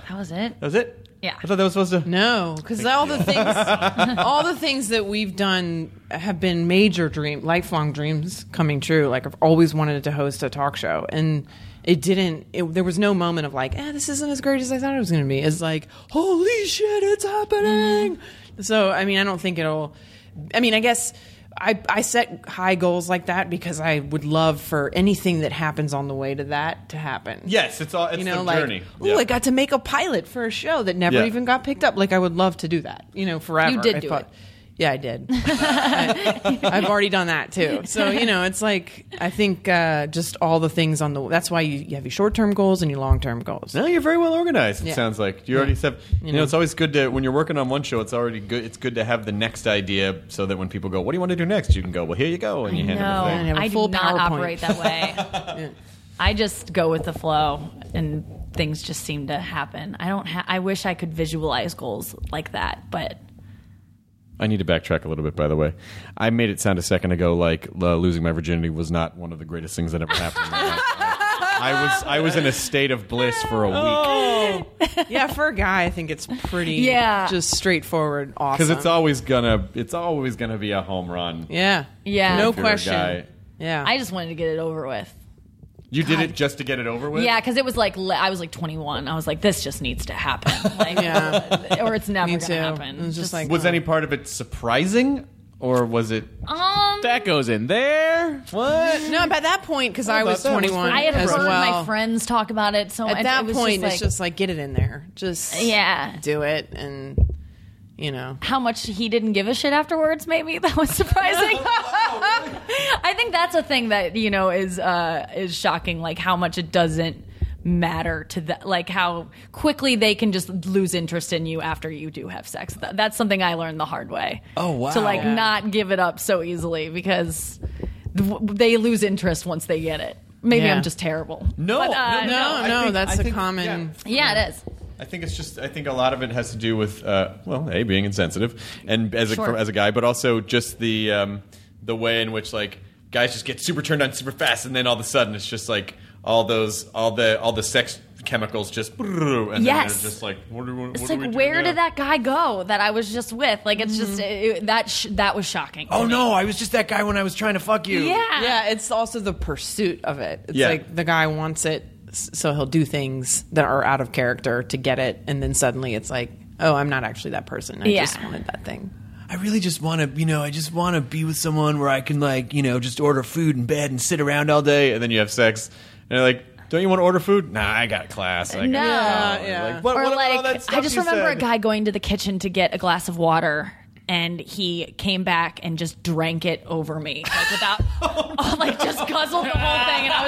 G: How was it?
D: that was it.
G: Yeah.
D: I thought that was supposed to.
H: No, because all the things, all the things that we've done have been major dream, lifelong dreams coming true. Like I've always wanted to host a talk show, and it didn't. It, there was no moment of like, eh, this isn't as great as I thought it was going to be. It's like, holy shit, it's happening. So I mean, I don't think it'll. I mean, I guess. I, I set high goals like that because I would love for anything that happens on the way to that to happen
D: Yes, it's all. It's
H: you know,
D: the
H: like,
D: journey.
H: ooh,
D: Yeah.
H: I got to make a pilot for a show that never
D: Yeah.
H: even got picked up. Like, I would love to do that, you know, forever.
G: You did
H: I
G: do it.
H: Yeah, I did. I, have already done that too. So, you know, it's like, I think uh, just all the things on the, that's why you, you have your short term goals and your long term goals.
D: No, Oh, you're very well organized. It
H: Yeah.
D: sounds like you already have. You, know, it's always good to when you're working on one show. It's already good. It's good to have the next idea so that when people go, "What do you want to do next?" You can go, "Well, here you go," and you hand them
G: No,
D: a thing.
H: have a
G: I
H: full
G: do not
H: PowerPoint.
G: operate that way. I just go with the flow, and things just seem to happen. I don't. Ha- I wish I could visualize goals like that, but
D: I need to backtrack a little bit, by the way. I made it sound a second ago like uh, losing my virginity was not one of the greatest things that ever happened. in my life. I was I was in a state of bliss for a
H: Oh.
D: week
H: yeah, for a guy, I think it's pretty
G: Yeah.
H: just straightforward, awesome.
D: because it's always gonna it's always gonna be a home run.
H: Yeah.
G: Yeah.
H: No
D: If you're a
H: question.
D: guy.
H: Yeah.
G: I just wanted to get it over with.
D: You did it just to get it over with.
G: Yeah, because it was like le- I was like 21. I was like, this just needs to happen, like,
H: Yeah.
G: or it's never
H: Me
G: going
H: too.
G: to happen.
H: It was just like,
D: Was any part of it surprising, or was it
G: um,
I: That goes in there.
D: what?
H: no, by that point, because I,
D: thought
H: was
D: that was
H: 21
G: I had
H: as
G: heard
H: well.
G: my friends talk about it so
H: At
G: much.
H: that
G: It was
H: point,
G: just
H: it's
G: like-
H: just like get it in there, just
G: Yeah.
H: do it, and you know,
G: how much he didn't give a shit afterwards maybe that was surprising
D: Oh.
G: i think that's a thing that you know is uh is shocking like how much it doesn't matter to the like how quickly they can just lose interest in you after you do have sex Th- that's something i learned the hard way oh
D: wow.
G: to like not give it up so easily because th- they lose interest once they get it maybe
H: Yeah.
G: i'm just terrible
D: No,
G: But, uh,
D: no,
H: no,
D: I
H: no,
D: think-
H: that's
D: I
H: the
D: think-
H: common.
G: yeah it is
D: I think it's just. I think a lot of it has to do with uh, well, a being insensitive, and as a
G: Sure.
D: as a guy, but also just the um, the way in which like guys just get super turned on super fast, and then all of a sudden it's just like all those all the all the sex chemicals just brrrr, and then
G: Yes.
D: they're just like what do, we- what
G: It's
D: do we
G: like,
D: do
G: where
D: now?
G: did that guy go that I was just with? Like, it's just it, that. Sh- that was shocking.
D: Mm-hmm. Oh no! I was just that guy when I was trying to fuck you.
G: Yeah.
H: Yeah, it's also the pursuit of it. It's
D: Yeah.
H: like the guy wants it, s- so he'll do things that are out of character to get it, and then suddenly it's like, oh, I'm not actually that person. I
G: Yeah.
H: just wanted that thing.
J: I really just want to, you know, I just want to be with someone where I can, like, you know, just order food in bed and sit around all day.
D: Hey, and then you have sex, and you're like, don't you want to order food? Nah, I got class. I got
G: No. Yeah,
D: Oh,
H: yeah.
D: Like, what,
G: or
D: what about all that
G: like
D: stuff
G: I just
D: you
G: remember
D: said?
G: a guy going to the kitchen to get a glass of water and he came back and just drank it over me like without oh, like just guzzled the whole thing and I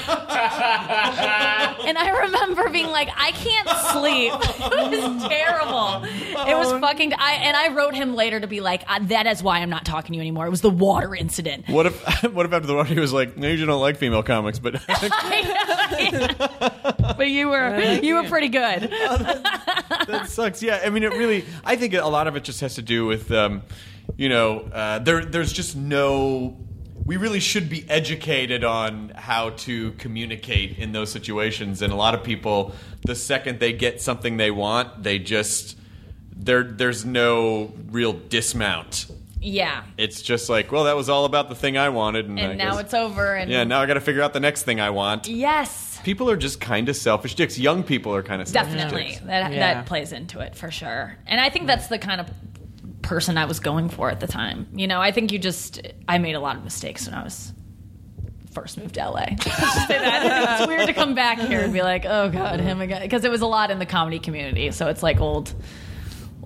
G: was just like and I remember being like I can't sleep it was terrible it was
D: Oh.
G: fucking I and I wrote him later to be like "I- that is why I'm not talking to you anymore it was the water incident
D: What if what if after the water he was like, maybe you don't like female comics, but
G: but you were you were pretty good
D: that sucks. Yeah, I mean, it really. I think a lot of it just has to do with, um, you know, uh, there. There's just no. We really should be educated on how to communicate in those situations, and a lot of people, the second they get something they want, they just there. There's no real dismount.
G: yeah
D: It's just like, well, that was all about the thing I wanted, and, I
G: and now
D: guess-
G: it's over and
D: Yeah, now I got to figure out the next thing I want.
G: yes
D: People are just kind of selfish dicks. Young people are kind of selfish
G: definitely
D: dicks.
G: that
H: Yeah.
G: that plays into it for sure and i think that's the kind of person i was going for at the time you know i think you just i made a lot of mistakes when i was first moved to la Let's just say that. it's weird to come back here and be like oh god him again because it was a lot in the comedy community so it's like old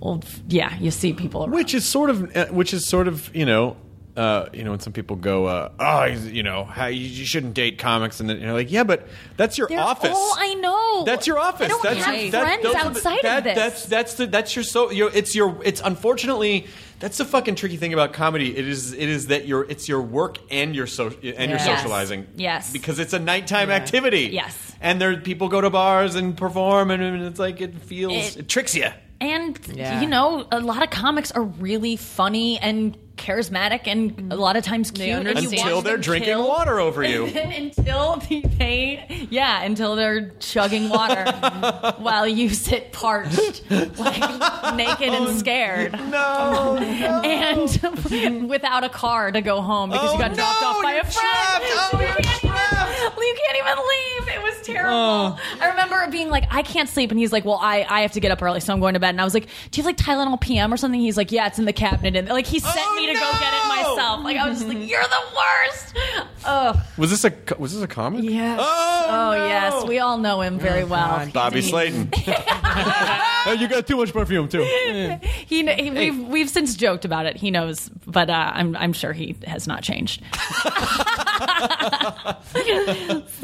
G: old yeah you see people around.
D: which is sort of uh, which is sort of you know uh, you know when some people go uh, oh he's- you know how you, you shouldn't date comics and then you're like yeah but that's your
G: They're
D: office
G: all Oh, I know.
D: that's your office
G: I don't
D: that's
G: have
D: your,
G: friends
D: those are the-
G: outside of
D: that-
G: this.
D: that's that's the that's your so your it's your it's unfortunately that's the fucking tricky thing about comedy it is it is that your it's your work and your so and your
G: Yes.
D: socializing
G: Yes.
D: because it's a nighttime activity
G: Yes.
D: and there people go to bars and perform and, and it's like it feels
G: It-
D: it tricks you
G: And
H: Yeah.
G: you know, a lot of comics are really funny and charismatic, and a lot of times cute. and you
H: understand.
G: watch
D: until they're
G: them
D: drinking
G: kill-
D: water over you
G: And until they, yeah, until they're chugging water while you sit parched, like naked and scared, Oh.
D: No, no.
G: and without a car to go home because
D: Oh,
G: you got dropped
D: no,
G: off by
D: you're
G: a friend.
D: trapped. Oh,
G: You
D: you're
G: can't even-
D: trapped. Oh.
G: you can't even leave. It was terrible. I remember it being like, I can't sleep, and he's like, Well, I, I have to get up early, so I'm going to bed. And I was like, Do you have like Tylenol PM or something? He's like, Yeah, it's in the cabinet. And like he sent
D: Oh,
G: me to go get it
D: no.
G: myself. Like I was just like, You're the worst. Ugh.
D: Was this a co- was this a comic?
G: Yes.
D: Oh, no.
G: yes, we all know him very well.
D: Bobby
G: He-
D: Slayton. Hey, you got too much perfume too.
G: He, kn- he we've we've since joked about it. He knows, but uh, I'm I'm sure he has not changed.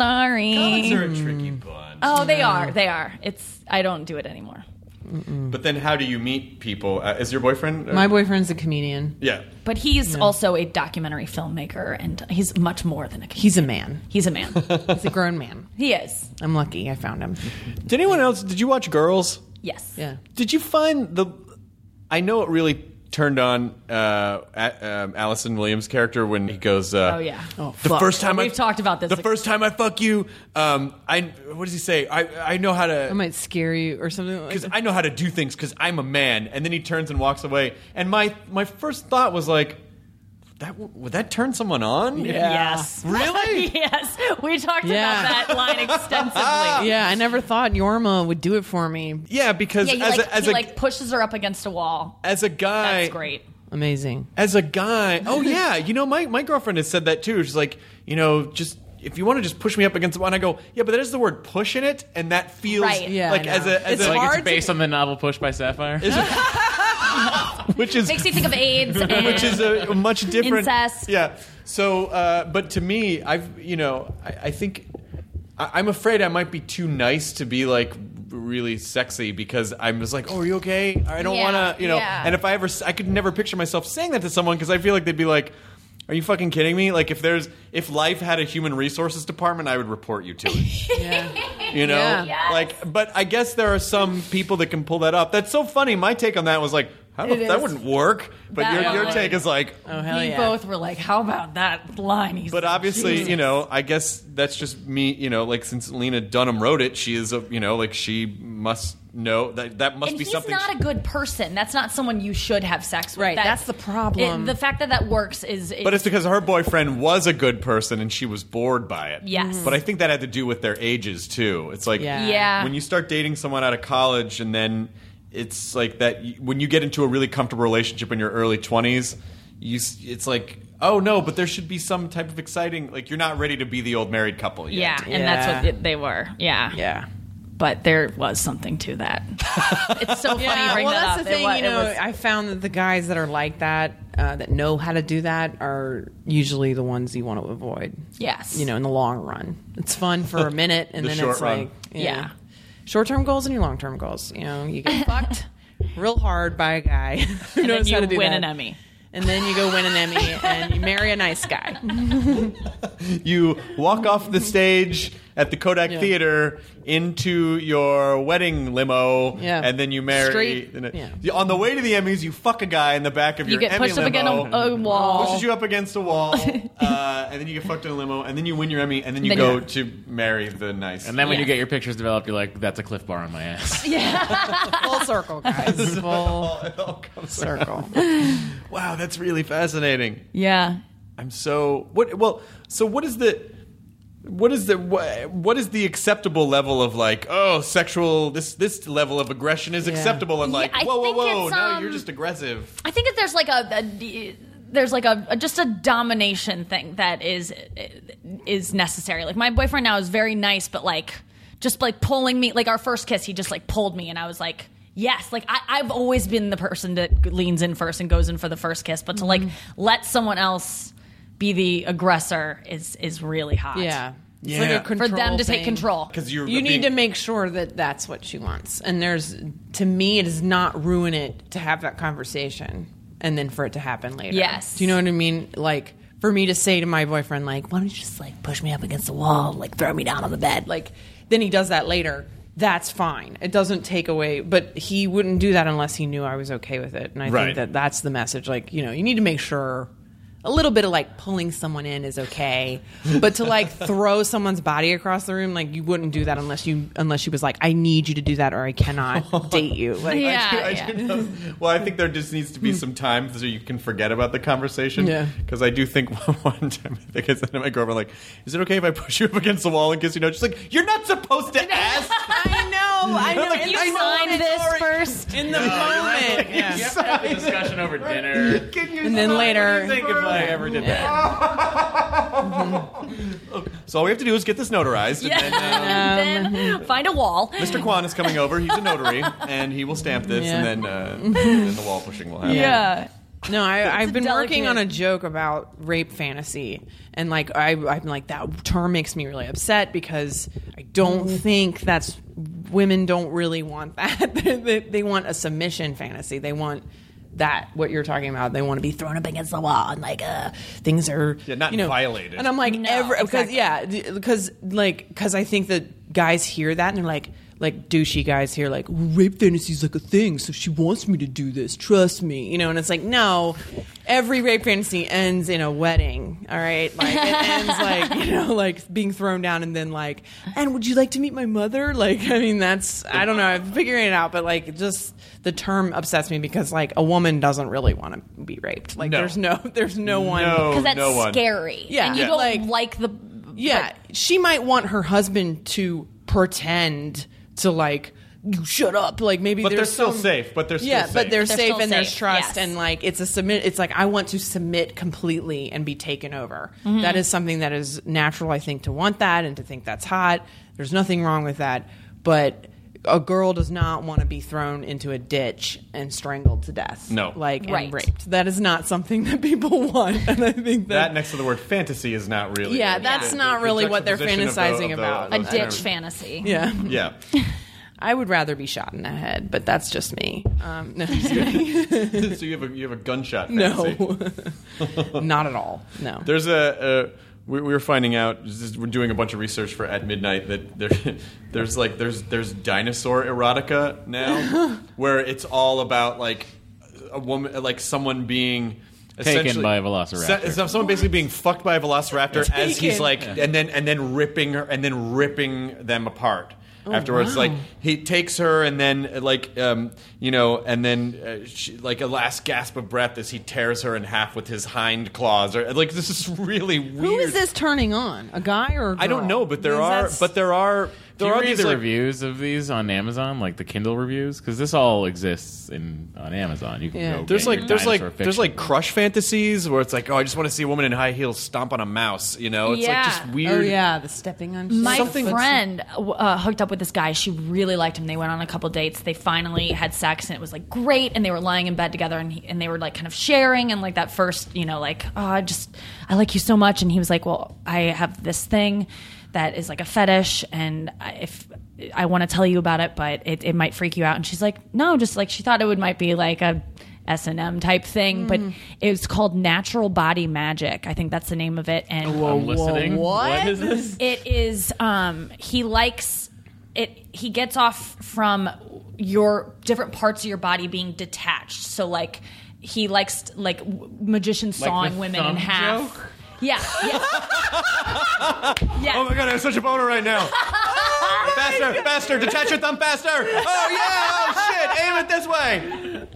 G: Sorry.
D: a tricky bunch.
G: Oh, they are. They are. It's I don't do it anymore.
D: But then, how do you meet people? Uh, is your boyfriend? uh,
H: My boyfriend's a comedian.
D: yeah.
G: But he's also a documentary filmmaker, and he's much more than a kid.
H: He's a man.
G: He's a man.
H: He's a grown man.
G: he is.
H: I'm lucky I found him.
D: Did anyone else? Did you watch Girls?
G: Yes.
H: Yeah.
D: Did you find the? I know it really turned on uh, a- um, Allison Williams' character when he goes. Uh,
G: Oh, yeah. Oh,
D: the
G: fuck.
D: first time I-
G: We've talked about this.
D: The first time I fuck you, um, I what does he say? I I know how to.
H: I might scare you or something. Like
D: because I know how to do things because I'm a man. And then he turns and walks away. And my my first thought was like, that would that turn someone on?
G: Yes.
D: Really?
G: yes. We talked
H: Yeah.
G: about that line extensively.
H: yeah, I never thought Yorma would do it for me.
D: Yeah, because
G: Yeah, he,
D: as
G: like,
D: a, as
G: he
D: a
G: like pushes her up against a wall.
D: as a guy,
G: That's great.
H: Amazing.
D: as a guy, oh yeah, you know my my girlfriend has said that too. She's like, you know, just. If you want to just push me up against the wall, and I go, yeah, but that is the word push in it, and that feels
G: Right.
H: Yeah,
D: like
H: I know.
D: as a as
H: It's
D: a
H: hard
I: It's based on the novel Push by Sapphire.
D: which is
G: Makes you think of AIDS. And
D: which is a much different
G: Incest.
D: Yeah. So, uh, but to me, I've you know, I, I think I, I'm afraid I might be too nice to be like really sexy because I'm just like, oh, are you okay? I don't
G: Yeah,
D: want to, you know.
G: yeah.
D: And if I ever, s- I could never picture myself saying that to someone because I feel like they'd be like. Are you fucking kidding me? Like if there's if life had a human resources department, I would report you to it. You know?
H: Yeah.
D: Like but I guess there are some people that can pull that up. That's so funny. My take on that was like, how the-
H: It
D: that
H: is.
D: wouldn't work. But
G: That
D: your, your
G: would.
D: take is like
H: Oh hell
G: we
H: yeah!
G: both were like, "How about that line?" He's
D: But
G: like,
D: obviously,
G: "Jesus."
D: you know, I guess that's just me, you know, like since Lena Dunham wrote it, she is a, you know, like she must know that that must
G: and
D: be
G: he's
D: something
G: not a good person. That's not someone you should have sex with.
H: Right, that's the problem.
G: it- the fact that that works is, is
D: But it's because her boyfriend was a good person and she was bored by it.
G: Yes. Mhm.
D: But I think that had to do with their ages too. It's like
H: Yeah.
G: yeah.
D: when you start dating someone out of college and then it's like that y- when you get into a really comfortable relationship in your early 20s, you s- it's like oh no, but there should be some type of exciting like you're not ready to be the old married couple yet.
G: yeah, and that's what it, they were. Yeah.
H: yeah.
G: But there was something to that. it's so funny. you bring
H: Uh, well,
G: that
H: that's
G: up.
H: the
G: It
H: thing.
G: wa-
H: you
G: it
H: know,
G: was-
H: I found that the guys that are like that, uh, that know how to do that, are usually the ones you want to avoid.
G: Yes.
H: You know, in the long run, it's fun for a minute, and
D: The
H: then
D: short
H: it's
D: run.
H: like,
G: Yeah.
H: short-term goals and your long-term goals. You know, you get fucked real hard by a guy who
G: and then
H: knows
G: you
H: how to do
G: win
H: that.
G: an Emmy.
H: and then you go win an Emmy, and you marry a nice guy.
D: you walk off the stage at the Kodak
H: Yeah.
D: Theater into your wedding limo,
H: Yeah.
D: and then you marry.
H: Straight-
D: and it-
H: yeah.
D: On the way to the Emmys, you fuck a guy in the back of
G: You
D: your
G: get
D: Emmy
G: pushed up
D: limo.
G: against a, a wall.
D: Pushes you up against a wall, uh, and then you get fucked in a limo, and then you win your Emmy, and then you
G: Then
D: go
G: you-
D: to marry the nice.
I: And then when you
G: Yeah.
I: get your pictures developed, you're like, that's a cliff bar on my ass.
H: Full circle, guys. Full
D: it all comes.
H: circle.
D: Oh, Wow, that's really fascinating.
G: Yeah.
D: I'm so what? Well, so what is the what is the wha- what is the acceptable level of like oh sexual this this level of aggression is acceptable and
G: Yeah,
D: like
G: I
D: whoa whoa
G: think
D: whoa
G: it's,
D: no
G: um,
D: you're just aggressive
G: I think that there's like a, a d- there's like a, a just a domination thing that is is necessary. Like my boyfriend now is very nice, but like just like pulling me. Like our first kiss, he just like pulled me, and I was like. Yes, like I, I've always been the person that leans in first and goes in for the first kiss, but to like let someone else be the aggressor is is really hot.
H: Yeah. It's
D: Yeah.
H: like a
G: for
H: control
G: them to take
H: thing.
G: control.
D: because you're
H: you
D: being-
H: need to make sure that that's what she wants and there's to me it does not ruin it to have that conversation and then for it to happen later
G: Yes.
H: do you know what i mean like for me to say to my boyfriend like why don't you just like push me up against the wall like throw me down on the bed like then he does that later that's fine it doesn't take away but he wouldn't do that unless he knew i was okay with it and i
D: Right.
H: think that that's the message like you know you need to make sure a little bit of like pulling someone in is okay, but to like throw someone's body across the room, like you wouldn't do that unless you unless she was like, I need you to do that or I cannot date you. Like,
G: Yeah,
D: I
G: yeah.
D: do know- well, I think there just needs to be some time so you can forget about the conversation.
H: Yeah.
D: Because I do think one time, I think I said to my girlfriend, like, is it okay if I push you up against the wall and kiss you? No, she's like, you're not supposed to ask.
H: I know, I know.
D: Like,
H: in
D: you
H: the
D: signed
H: moment-
G: this first.
H: in the moment. Yeah.
I: You have to have the discussion over dinner.
D: Can you
H: And then
D: stop?
H: later-
D: Think if I ever did that.
I: Yeah.
D: So all we have to do is get this notarized. And then, uh,
G: And then find a wall.
D: Mr. Kwan is coming over. He's a notary, and he will stamp this,
H: Yeah.
D: and then, uh, then the wall pushing will happen.
G: Yeah.
H: No, I, I've
G: a
H: been working
G: delicate-
H: on a joke about rape fantasy, and like I, I'm like that term makes me really upset because I don't
G: Mm-hmm.
H: think that's women don't really want that. they, they, they want a submission fantasy. They want that what you're talking about. They want to be thrown up against the wall and like uh, things are
D: Yeah, not
H: you know,
D: violated.
H: And I'm like
G: No,
H: every because
G: exactly.
H: yeah th- because like because I think that guys hear that and they're like. Like douchey guys here, like rape fantasies like a thing, so she wants me to do this. Trust me, you know. And it's like, no, every rape fantasy ends in a wedding. All right, like it ends like you know, like being thrown down, and then like, and would you like to meet my mother? Like, I mean, that's I don't know. I'm figuring it out, but like, just the term upsets me because like a woman doesn't really want to be raped. Like,
D: No.
H: there's no, there's no one.
D: No,
G: Because that's
D: Oh, no one.
G: scary.
H: Yeah.
G: And you
H: Yeah.
G: don't
H: Like-
G: like, the.
H: Yeah, she might want her husband to pretend to like you shut up. Like maybe,
D: But they're
H: there's
D: still
H: some-
D: safe, but they're still
H: yeah,
D: safe.
H: but they're,
G: They're
H: safe
G: still
H: and there's
G: safe, yes.
H: trust and like it's a submit. It's like I want to submit completely and be taken over.
G: Mm-hmm.
H: That is something that is natural, I think, to want that and to think that's hot. There's nothing wrong with that, but. A girl does not want to be thrown into a ditch and strangled to death.
D: No.
H: like and
G: Right.
H: raped. That is not something that people want, and I think
D: That next to the word fantasy is not really.
H: Yeah,
D: the-
H: that's
D: the-
H: not
D: the
H: really what they're
D: juxtaposition of the-
H: fantasizing
D: of the- of
H: about.
G: A
D: those
G: ditch
D: terms.
G: fantasy.
H: yeah.
D: Yeah.
H: I would rather be shot in the head, but that's just me. Um, no, I'm just kidding.
D: so you have a you have a gunshot. Fantasy.
H: no, not at all. No.
D: There's a. Uh, we, we were finding out. just- We're doing a bunch of research for at midnight that there, there's like there's there's dinosaur erotica now, where it's all about like a woman, like someone being.
I: Taken
D: essentially-
I: by a velociraptor.
D: Se- so- someone basically being fucked by a velociraptor as he's
H: Taken.
D: like, and then and then ripping her, and then ripping them apart. Afterwards, like he takes her, and then like um, you know, and then uh, she, like a last gasp of breath as he tears her in half with his hind claws. Or like this is really weird.
H: Who is this turning on? A guy or a girl?
D: I don't know, but there
G: Because
D: are,
G: that's-
D: but there are,
I: Do
D: there
I: you
D: are
I: read
D: these
I: the
D: like,
I: reviews of these on Amazon, like the Kindle reviews? Because this all exists in on Amazon. You can
H: Yeah.
I: go.
D: There's
I: get
D: like
I: your
D: there's like
I: dinosaur
D: there's like
I: fiction.
D: crush fantasies where it's like oh I just want to see a woman in high heels stomp on a mouse you know it's
G: Yeah.
D: like just weird
H: Oh yeah, the stepping on.
G: My
H: Something-
G: friend uh, hooked up with this guy. She really liked him. They went on a couple dates. They finally had sex, and it was like great. And they were lying in bed together, and he, and they were like kind of sharing. And like that first, you know, like oh, I just I like you so much. And he was like, well, I have this thing that is like a fetish, and I- if I want to tell you about it, but it, it might freak you out. And she's like, no, just like she thought it would might be like a S and M type thing, but it's called natural body magic. I think that's the name of it. And
I: I'm listening. what is this?
G: it is um he likes it he gets off from your different parts of your body being detached. So like he likes like w- magician sawing women in
I: thumb
G: half.
I: joke?
G: Yeah. Yeah. yeah.
D: Oh my god, I have such a boner right now. faster, faster, detach your thumb faster. Oh yeah, oh shit, aim it this way.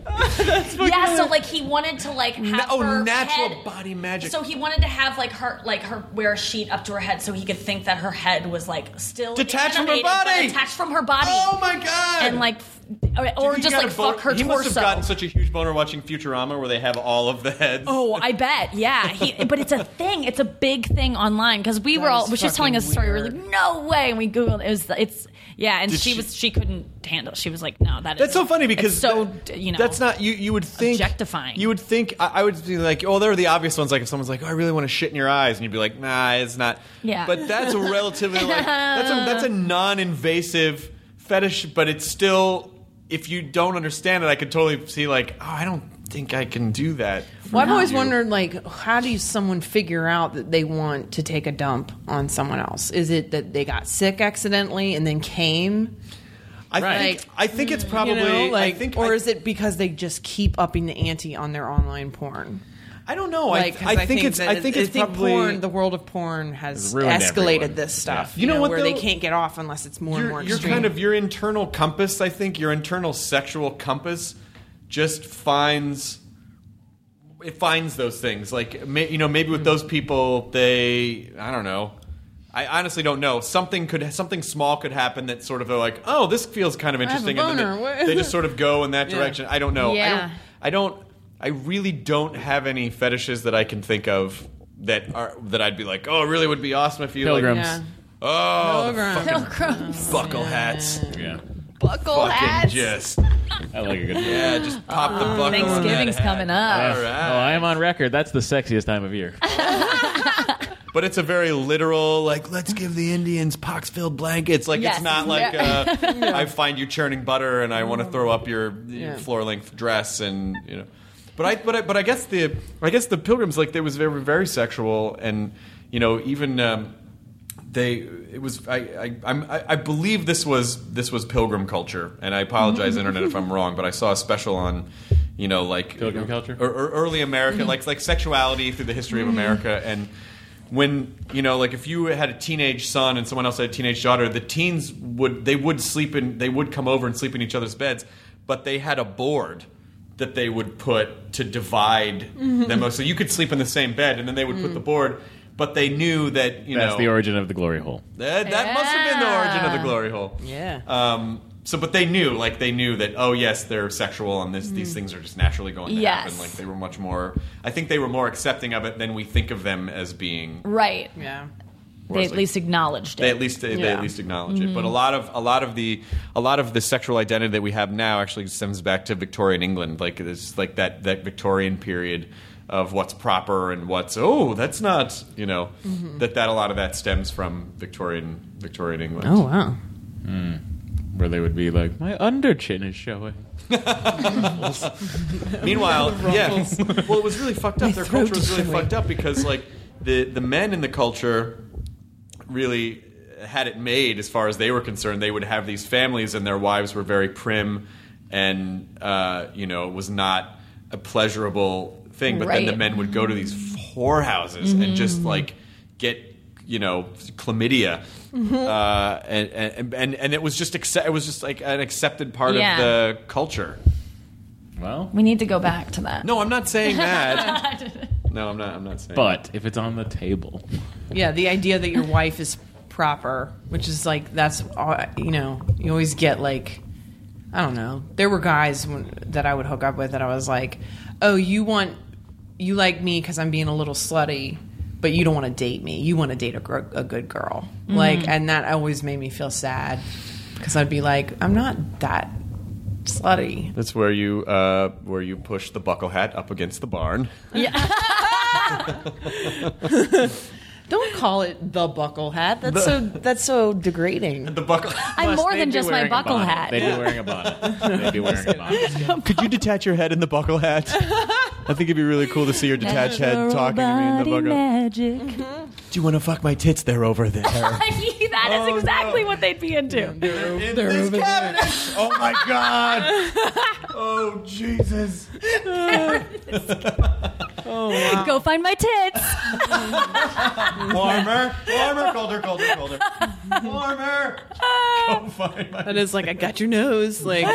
G: yeah, so like he wanted to like have
D: oh,
G: her
D: natural
G: head-
D: body magic.
G: So he wanted to have like her like her wear a sheet up to her head so he could think that her head was like still
D: Detached from her
G: animated, but
D: body!
G: detached from her body.
D: Oh my god.
G: And like, f- or- or
D: He
G: just
D: got
G: like
D: a boner-
G: fuck her
D: He
G: torso.
D: must have gotten such a huge boner watching Futurama where they have all of the heads.
G: Oh, I bet. Yeah. He, but it's a thing. It's a big thing online because we were all.
H: is
G: She was telling us a
H: fucking
G: story. We were
H: weird.
G: like, no way. And we googled. It was. It's yeah. And
D: Did
G: she,
D: she-
G: was. She couldn't handle. She was like, no. That
D: That's so
G: isn't-
D: funny
G: it's
D: because
G: so
D: th-
G: you know.
D: that's not you. You would think
G: objectifying.
D: You would think I, I would be like, oh, there are the obvious ones. Like if someone's like, oh, I really want to shit in your eyes, and you'd be like, nah, it's not.
G: Yeah.
D: But that's a relatively like that's a that's a non-invasive fetish, but it's still if you don't understand it, I could totally see like, oh, I don't think I can do that.
H: Well, I've always
D: you.
H: wondered, like, how do someone figure out that they want to take a dump on someone else? Is it that they got sick accidentally and then came?
D: I
H: Right. Mm,
D: think I think it's
H: You
D: probably
H: know, like,
D: I think
H: or
D: I-
H: is it because they just keep upping the ante on their online porn?
D: Oh, I don't know.
H: Like,
D: I,
H: 'cause
D: I, think, it's
H: that
D: I think it's probably
H: porn, the world of porn has
I: It's ruined
H: escalated
I: everyone.
H: this stuff.
D: You know what,
H: where they
D: though?
H: can't get off unless it's more and more
D: your, your
H: extreme.
D: kind of your internal compass i think your internal sexual compass just finds it finds those things like may, you know maybe
H: Hmm.
D: with those people they i don't know i honestly don't know something could something small could happen that sort of are like oh this feels kind of
H: have a
D: interesting and then
H: boner.
D: they, they just sort of go in that direction i don't know
G: Yeah.
D: I, don't, I don't i really don't have any fetishes that i can think of that are that i'd be like oh it really would be awesome if you
I: Pilgrims.
D: like
H: yeah.
D: oh the
H: Pilgrims.
D: fucking
G: Pilgrims.
D: buckle hats
I: Yeah,
G: buckle
D: fucking
G: hats. Oh,
D: just
I: I like a good.
D: yeah, just pop the buckle. on that
G: Thanksgiving's
D: hat.
G: coming up.
D: All
I: Oh,
D: right,
I: I am on record. That's the sexiest time of year.
D: but it's a very literal like let's give the Indians pox-filled blankets. Like
G: Yes.
D: it's not like uh, I find you churning butter and I want to throw up your,
H: Yeah.
D: floor-length dress and you know. But I but I but I guess the I guess the pilgrims like they was very very sexual and you know even. Um, they it was I I, I'm, I I believe this was this was pilgrim culture and I apologize internet if I'm wrong but I saw a special on you know like
I: Pilgrim culture?
D: or, or er, early America like like sexuality through the history of America and when you know like if you had a teenage son and someone else had a teenage daughter the teens would they would sleep in they would come over and sleep in each other's beds but they had a board that they would put to divide them so you could sleep in the same bed and then they would put the board but they knew that you
I: That's
D: know
I: the origin of the glory hole.
D: that, that must have been the origin of the
G: Yeah.
D: glory hole.
H: Yeah.
D: Um, so, but they knew, like, they knew that, oh, yes, they're sexual and this, these things are just naturally going to
G: Yes.
D: happen. Like, they were much more, I think they were more accepting of it than we think of them as being.
G: Right.
H: yeah.
G: They at least acknowledged
D: They
G: it.
D: at least they,
H: Yeah.
D: at least acknowledge it, but a lot of a lot of the a lot of the sexual identity that we have now actually stems back to Victorian England, like it's like that that Victorian period of what's proper and what's oh that's not you know that that a lot of that stems from Victorian Victorian England.
H: Oh wow.
I: where they would be like, "My under chin is showing."
D: Meanwhile, yeah. Well, it was really fucked up. Their culture was really fucked up because like the the men in the culture really had it made as far as they were concerned. They would have these families, and their wives were very prim, and uh, you know, it was not a pleasurable thing. But then the
G: Right. Mm-hmm.
D: men would go to these whorehouses and just like get you know chlamydia.
G: Mm-hmm.
D: Uh, and, and and and it was just accept, it was just like an accepted part
G: Yeah.
D: of the culture.
I: Well,
G: We need to go back to that.
D: No, I'm not saying that. no, I'm not. I'm not saying.
I: but if it's on the table,
H: Yeah, the idea that your wife is proper, which is like that's all- you know, you always get like I don't know. There were guys when, that I would hook up with that I was like, "Oh, you want you like me because I'm being a little slutty, but you don't want to date me. You want to date a, gr- a good girl." Like, and that always made me feel sad because I'd be like, "I'm not that slutty."
D: that's where you uh, where you push the buckle hat up against the barn.
H: Don't call it the buckle hat. That's so that's so degrading.
D: The buckle.
G: I'm more
I: They'd
G: than
I: be
G: just my
I: wearing a
G: buckle
I: bonnet.
G: hat.
I: They'd be wearing a bonnet. They'd be wearing a bonnet.
D: Could you detach your head in the buckle hat? I think it'd be really cool to see your detached head talking to me in the buckle.
G: magic.
J: Do you want to fuck my tits? They're over there.
D: Oh,
G: that is exactly what they'd be into.
D: In this cabinet. Oh my god. Oh Jesus.
G: Go find my tits.
D: Warmer, warmer, colder, colder, colder. Warmer. Go find my.
H: That is like I got your nose. Like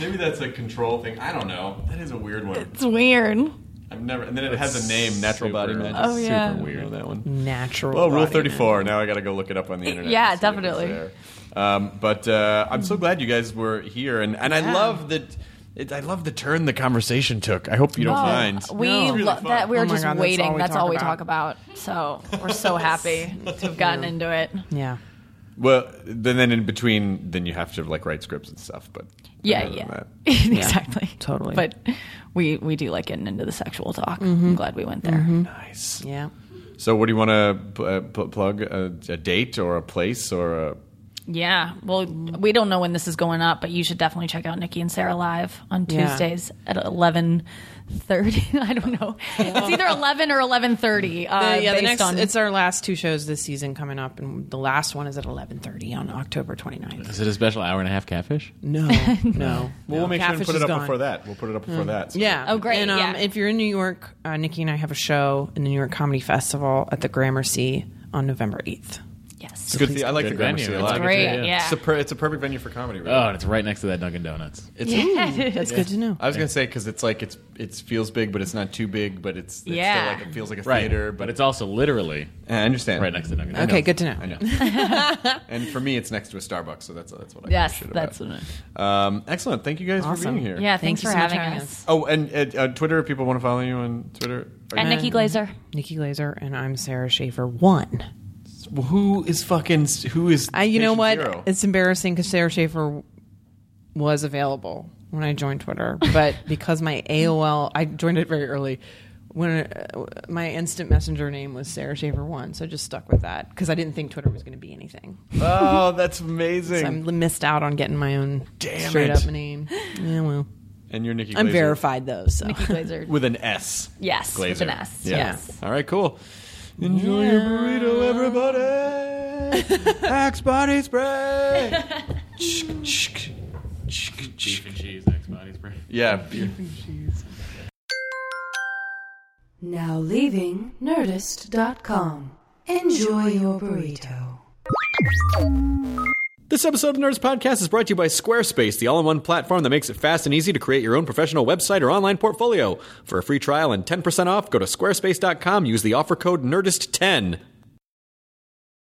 D: Maybe that's a control thing. I don't know. That is a weird one.
G: It's weird.
D: I've never. And then it has a name. Natural body
I: super-
D: magic.
G: Oh, yeah.
D: Super weird that one.
H: natural.
D: Well, Oh, Rule
H: body
D: Thirty Four. Now I got to go look it up on the internet.
G: yeah,
D: and see if it's
G: definitely.
D: there. Um, but uh, I'm so glad you guys were here, and, and I love that. It, I love the turn the conversation took. I hope you don't
G: Oh,
D: mind.
G: We
H: No.
G: lo- that we
H: Oh
G: were
H: my
G: just
H: God, that's all
G: waiting.
H: we
G: That's
H: talk
G: all we
H: about.
G: talk about. So we're so happy to have gotten into it.
H: Yeah.
D: Well, then, then in between, then you have to like write scripts and stuff. But
G: Yeah,
D: other than
G: yeah,
D: that-
G: exactly,
H: totally. Mm-hmm.
G: But we we do like getting into the sexual talk. I'm glad we went there.
D: nice.
H: Yeah.
D: So, what do you want to uh, pl- plug? A, a date or a place or a?
G: Yeah. Well, we don't know when this is going up, but you should definitely check out Nikki and Sarah live on
H: Yeah.
G: Tuesdays at eleven thirty. I don't know. It's either eleven or eleven thirty. Uh,
H: yeah, the
G: based
H: next,
G: on
H: it's our last two shows this season coming up, and the last one is at 11.30 on October 29th.
I: Is it a special hour and a half catfish?
H: No, no.
D: Well, we'll make sure and
H: Catfish
D: put
H: is
D: it up
H: gone.
D: before that. We'll put it up before that. So-
H: Yeah.
G: Oh, great,
H: And um,
G: yeah.
H: if you're in New York, uh, Nikki and I have a show in the New York Comedy Festival at the Gramercy on November 8th.
G: yes.
D: It's good. The, I like the,
I: Good
D: Gramercy
I: venue.
D: a
I: It's
D: lot.
I: great,
G: yeah. Yeah.
D: It's, a per, it's a perfect venue for comedy. Really.
I: Oh, and it's right next to that Dunkin' Donuts.
D: It's
H: That's good to know.
D: I was gonna say because it's like it's it feels big, but it's not too big, but it's, it's
G: Yeah.
D: still like it feels like a theater. But it's
I: it's also literally
D: I understand
I: right next to Dunkin' Donuts.
H: okay, good to know.
D: I know. and for me, it's next to a Starbucks, so that's that's what I
G: Yes,
D: give a shit
G: that's
D: about.
G: what
D: um, excellent. Thank you guys for
H: Awesome.
D: being here.
G: Yeah, thanks
H: Thank you
G: for
H: so much
G: having
H: having
G: us.
H: us.
D: Oh, and uh, uh, Twitter. If people want to follow you on Twitter, are
G: And
D: you-
G: Nikki Glazer.
H: Nikki Glazer, and I'm Sarah Schaefer. One.
D: who is fucking who is
H: I, you know
D: patient
H: what?
D: zero?
H: It's embarrassing because Sarah Schaefer was available when I joined Twitter, but because my AOL, I joined it very early. When uh, my instant messenger name was Sarah Schaefer one, so I just stuck with that because I didn't think Twitter was going to be anything.
D: oh, that's
H: So I
D: amazing.
H: missed out on getting my own
D: Damn
H: straight
D: it.
H: up name. Yeah, well,
D: and you're Nikki.
H: I'm
D: Glaser
H: verified though, so
G: Nikki Glazer.
D: with an S.
G: Yes,
D: Glazer.
G: with an S.
D: Yeah.
G: Yes.
D: All right. Cool. Enjoy your burrito, everybody. Axe body spray.
I: Beef and cheese, next body spray.
D: Yeah. beer.
E: Now leaving Nerdist.com. Enjoy your burrito.
K: This episode of Nerds Podcast is brought to you by Squarespace, the all in one platform that makes it fast and easy to create your own professional website or online portfolio. For a free trial and 10% off, go to squarespace.com. Use the offer code NERDIST10.